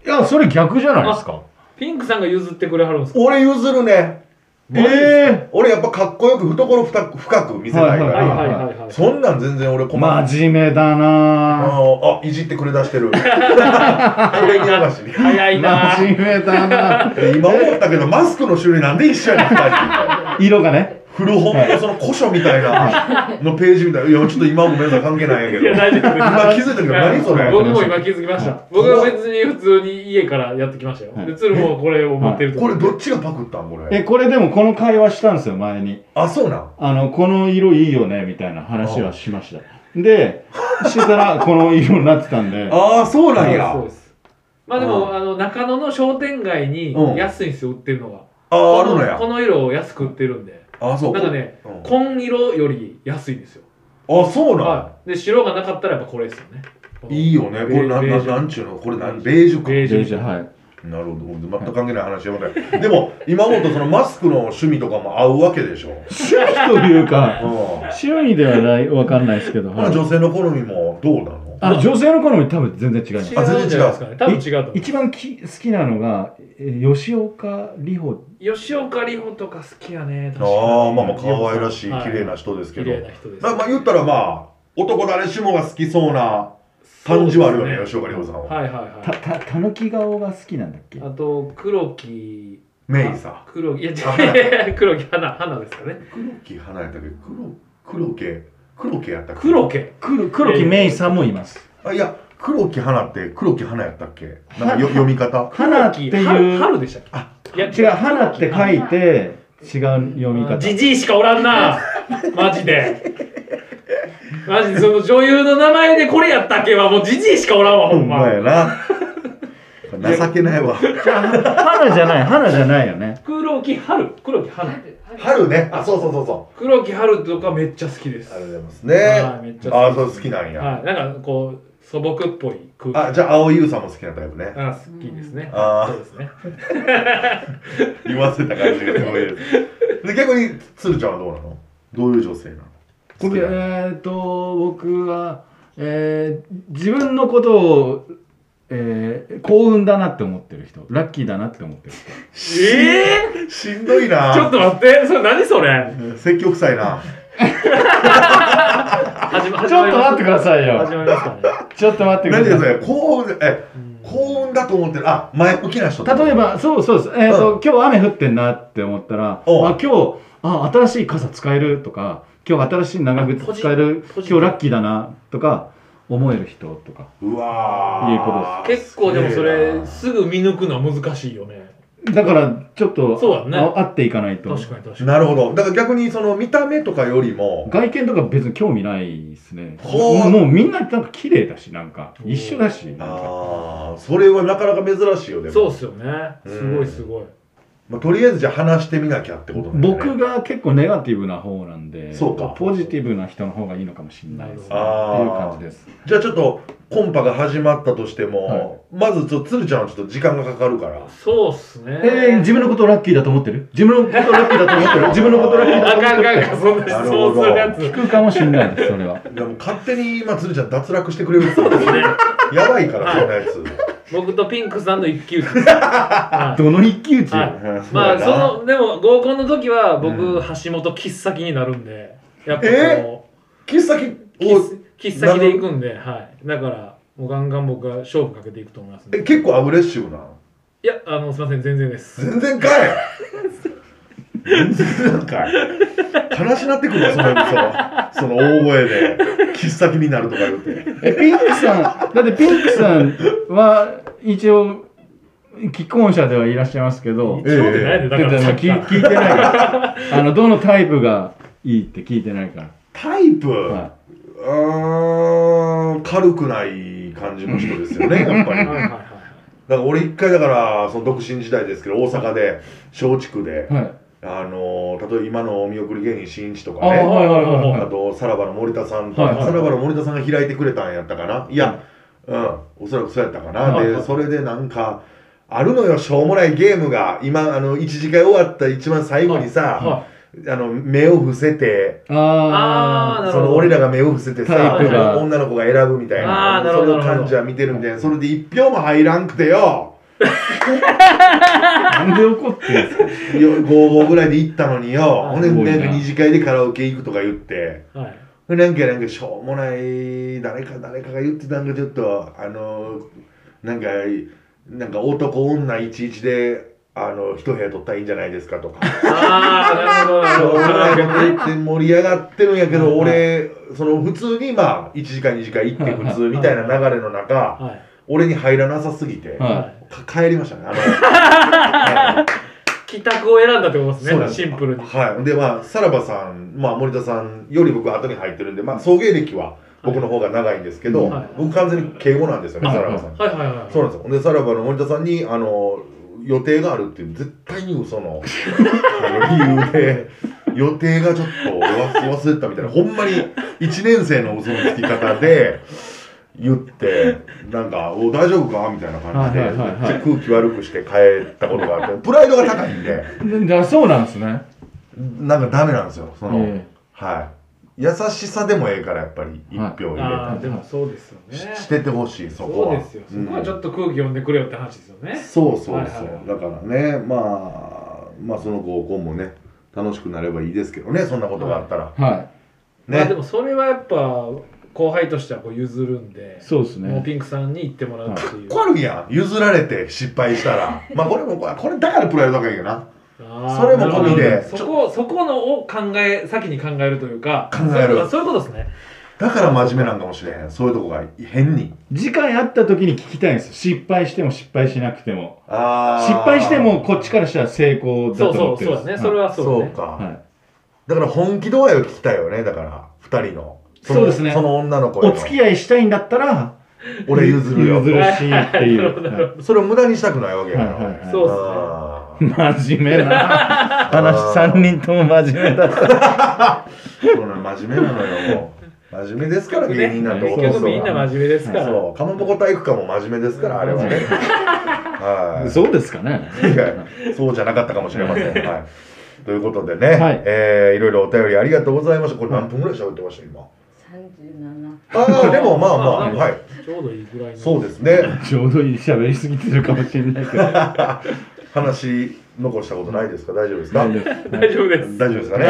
いやそれ逆じゃないですか
ピンクさんが譲ってくれはるんですか
俺譲るね
ええ
俺やっぱかっこよく懐深く深く見せたいか
は
はい
ら
はいはいはい
そんなん全然俺困る
真面目だ
あ
な
のあいじってくれだして るこれ見逃しに
早いな
真面目 だな
で今思ったけどマスクの種類なんで一緒やねん2人
色がね
古本のその古書みたいなのページみたいないやちょっと今はごめんなさい関係ないんや
い
け
や
ど
大丈夫です
今気づいたけど何それ
僕も今気づきました僕は別に普通に家からやってきましたよ
はい
で鶴もこれを持ってると
これどっちがパクったんこれ
えこれでもこの会話したんですよ前に
あそうなん
あのこの色いいよねみたいな話はしましたでしてたらこの色になってたんで
ああそうなんや
そうですまあでもあの中野の商店街に
うん
安いんですよ売ってるのが
あああ
こ
るのや
のこの色を安く売ってるんで
あそう
なんかね
うん
紺色より安いんですよ
あそうなん
はいで白がなかったらやっぱこれですよね
いいよねこれな
ベ
な
ージュ
なんちゅうのこれ何ベージュか
ベー
じゃあじゃあはい
なるほど全く関係ない話やばいでも今思うとそのマスクの趣味とかも合うわけでしょ
趣味というか
うん
趣味ではないわかんないですけど、
まあ
はい、
女性の好みもどうなの
あ女性の好み多分全然違います
違うんじゃないですかね多分違うと思う
一番き好きなのがえー吉岡里帆
吉岡里帆とか好きやね確かに
ああまあまあ可愛らしい綺麗な
人
人ですけ
綺
ど、
麗な人です
まあまあ言ったらまあ男誰しもが好きそうな感じはあるよね吉岡里帆さんは、
はいはいは
た
い
たたぬき顔が好きなんだっけ
あと黒木
メイさ
黒木いや違う 黒木花花ですかね
ん黒木花やったっけ黒黒毛黒毛やったっけ
黒毛
黒黒木メイさんもいます
あいや黒木花って黒木花やったっけなんかよ読み 方
花っ
黒
てい
木春
う
春でしたっけ
あ
いや
違う花って書いて違う読み方
じじいしかおらん なマジでマジでその女優の名前でこれやったっけはもうじじいしかおらんわ
ほ
ほ
ん
ん
ま
ま
や な情けないわ
花じゃない花じゃないよね
黒木春黒木花
春ねあそうそうそうそ
黒木春とかめっちゃ好きです
うありがとうございます
はい
ね
めっちゃ
あ
好
あそう
き
好きなんや、
はいなんかこう素朴っぽい空気
あじゃあ蒼井優さんも好きなタイプね
あ好きですね。
あー
そうですね。
言わせた感じがすごいで すで逆に鶴ちゃんはどうなのどういう女性なの
こ
好き
れえ
なの
ー、と僕は、えー自分のことを、えー幸運だなって思ってる人ラッキーだなって思ってる人
ええ
しんどい
ー、
な
ちょっと待って、それ何それ。
積極臭いな
始ま
ちょっと待ってくださいよ
始まりますかね。
ちょっと待って
何
くだ
でそ
さい
れ幸運え
うん
幸運だと思ってるあ前向きな人
例えばそうそうです、えーと
う
今日雨降ってんなって思ったらあ
おう
今日あ新しい傘使えるとか今日新しい長靴使える
ポ
今
ジ
日ラッキーだなとか思える人とか
うわー
いいこ
結構でもそ
すげえな
れすぐ見抜くのは難しいよね。
だからちょっと
そうだね
あ合っていかないと
確かに確かに。
なるほどだから逆にその見た目とかよりも
外見とか別に興味ないですね
ほう
もうみんななんか綺麗だしなんか
うん
一緒だしなんか
ああそれはなかなか珍しいよでも
そうっすよね。すごいすごい。
まあ、とりあえずじゃあ話してみなきゃってことなんだね
僕が結構ネガティブな方なんで
そうか
ポジティブな人の方がいいのかもしれないですねってい
あー
う感じです
じゃあちょっとコンパが始まったとしても、まずちょっと鶴ちゃんはちょっと時間がかかるから
そうっすね。
えー、自分のことラッキーだと思ってる自分のことラッキーだと思って る自分のことラッキーだ
あ
と思
かんあ
って
かんあ
る
かんそんな
なる
質
ほ
問
ど
するやつ。
聞くかもしれないですそれは
いやもう勝手に今鶴ちゃん脱落してくれるってことですね やばいからそんなやつ
僕とピンクさんの一 騎打ちです。はい
どの一騎打ち、
はいまあそのでも合コンの時は僕橋本切っ先になるんで、やっぱこ
切っ先
う
を
切っ先で行くんで、はい。だからもうガンガン僕は勝負かけていくと思います、
え
ね。
結構アグレッシブない
やあのすみません全然です。
全然かいなんか悲しなってくるわそのそのその大声で切っ先になるとか言って
えピンクさんだってピンクさんは一応既婚者ではいらっしゃいますけど
一応ってないで、だか
だ
ら
って
さ
あ
っ
の
き
聞
から
聞いてないから あのどのタイプがいいって聞いてないか
タイプ、
ら、は
うーん軽くない感じの人ですよねやっぱりだ
はい
か
はいはい
ら俺一回だからその独身時代ですけど大阪で松竹で
い、はい、
あの例えば今のお見送り芸人しんいちとか
ああ
ね
はいはいはい
あ
はい
とさらばの森田さんと、
はいはい
さらばの森田さんが開いてくれたんやったかないや、うん、おそらくそうやったかな、
はい
でそれでなんかあるのよしょうもないゲームが今あの一次会終わった一番最後にさ、
は
あの目を伏せて
あー
あ
なる
そ
ほど
の俺らが目を伏せてさ
タイプが
女の子が選ぶみたいな
あーなるほど
それを
なる
感
ほど
じは見てるみたいなそれで一票も入らんくてよ
あなんで怒ってるんですか
55ぐらいで行ったのによ
あ
ほんです
ごいな
なんか二次会でカラオケ行くとか言って。
いはい
なんかなんかしょうもない誰か誰かが言ってたんかちょっとあのなんかなんか男女いちいちであの一部屋取ったらいいんじゃないですかとか
ああなるほどな
し
る
ょう
ほ
も
ど
な
ないる
こと言って盛り上がってるんやけど
はい
俺その普通にまあ1時間2時間行って
はい
普通みたいな流れの
ほ
中
どはい
俺に入らなさすぎて
は
はい
か帰りましたねあのはい
帰宅を選んだってことです
そうな
ね
んです
シンプルに
はいでまあさらばさん、まあ、森田さんより僕は後に入ってるんでまあ送迎歴は僕の方が長いんですけど、
はい
僕完全に敬語なんですよね、
はい
さらばさん、
はいはいはい
そうなんですよほんでさらばの森田さんにあの予定があるっていう絶対に嘘のあの理由で予定がちょっと忘忘れてたみたいなほんまに1年生の嘘のつき方で言ってなんか「お大丈夫か?」みたいな感じで、
はいはいはいはい
めっちゃ空気悪くして帰ったことがあってプライドが高いんで。
いだそうなんですね、
なんかダメなんですよ。その、
え
はい。優しさでもええから、やっぱり、一票入
ああでもそうですよ
れて、
ね
ししててほしい、そこ
そう
は。
ですよそこはちょっ
と、
と空気読んでくれよって話ですよね
そうそうそう、
はいはいはい
だからね、まあ、まあ、その合コンもね、楽しくなればいいですけどね、そんなことがあったら。
えは
ね。
まあでもそれはやっぱ後輩としてはこう譲るんで
いそうです
もう
ね
ピンクさんに行ってもらうっていう
こるやん譲られて失敗した らまあこれもこれだからプライド高いよな
あー
それも込みで
なるほどそこそこのを考え先に考えるというか
考える
そういうことそういうことですね
だから真面目なんかもしれへんそういうとこが変に
次回会った時に聞きたいんですよ失敗しても失敗しなくても
あー
失敗してもこっちからしたら成功
そ
だ
う
と
そ
思
う
って
そう
るん
だ
で
ね
す
それはそう
そう
ね
か、
はいはい
だから本気度合いを聞きたいよねだから2人のの
そうですね
その女の子へ
お
の
付き合いしたいんだったら
俺譲るよ
譲るしってい
なる
う
ほどなる
それを無駄にしたくないわけやから、
はいはいはい
そうっすね
あー
はい真面目な 話三人とも真面目だった
そうなの真面目なのよもう真面目ですから芸人なんて
結
男の
局
人
みんな
が
真面目ですから
そうかまぼこ体育館も真面目ですからあれはねはい
そうですかね
いやそうじゃなかったかもしれませんはいということでね、
はい
えーいろいろお便りありがとうございましたこれ何分ぐらい喋ってました今
37
ああでもまあまあ
まあ
はい
ちょうどいいぐらいの
そうですね
ちょうどいい喋りすぎてるかもしれないけど大
話残したことないですか大丈夫ですか
丈夫です
大丈夫です
大丈夫ですかね。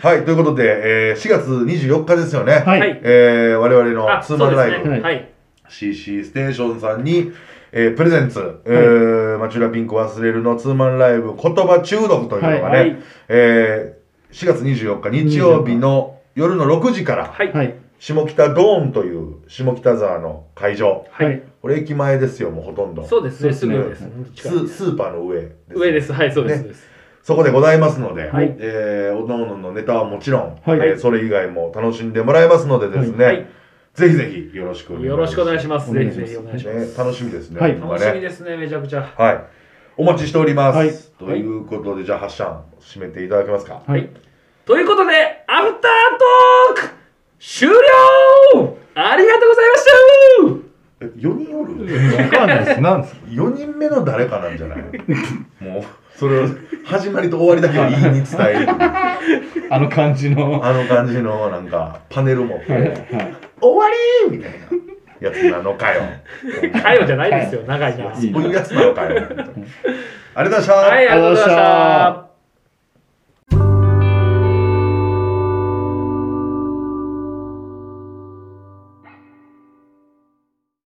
は
はいい、
ということで、えー4月24日ですよね。
はい
はい
えー我々の
あ
ツ
そ
ーマ
う
ンライ
で
ブ、
すね
は
はいい
CC ステーションさんに、えープレゼンツ、えーマチュラピンク忘れるのツーマンライブ言葉中毒というのがね、
はい
はい
えー4月24日日曜日の夜の6時から、
はい
はい
下北ドーンという下北沢の会場。
はい
これ駅前ですよ、もうほとんど。
そうですねす
そう
ぐ
で
ですす
ね
ス
近い
スーパーの上です。
上ですはいそうですそうです
そこでございますので、
はい
えーおのおののネタはもちろん、
はい
えーそれ以外も楽しんでもらえますのでですね、
はい
ぜひぜひよろしくお願いします。
よろしくお願いします
お
ぜ
願い
ひ
します
ぜひお願いしま
ね、楽しみですね。
はい
こ
す
れね
楽しみですねめちゃくちゃ
はい。お待ちしております。
はい
ということで、じゃあ、ハッシャン、締めていただけますか。
はい
ということで、アフタートーク終了ありがとうございまし
え、4人おる
わかんないですなんですか
?4 人目の誰かなん じゃないもう、それを、始まりと終わりだけを言いに伝える。 あ
あの感じのは
の感じの、なんか、パネル持っ
い
て、
は
終わりーみたいなやつなのかよ。
たかよじゃないですよ、長いな。はい
いい
い、
こういうやつなのかよ。ありがとうございました。
ありがとうございまし。
ありがとうございました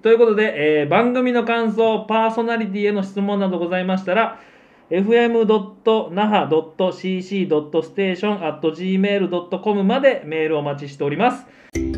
ということで、えー番組の感想、パーソナリティへの質問などございましたら、 fm.naha.cc.station.gmail.com までメールお待ちしております。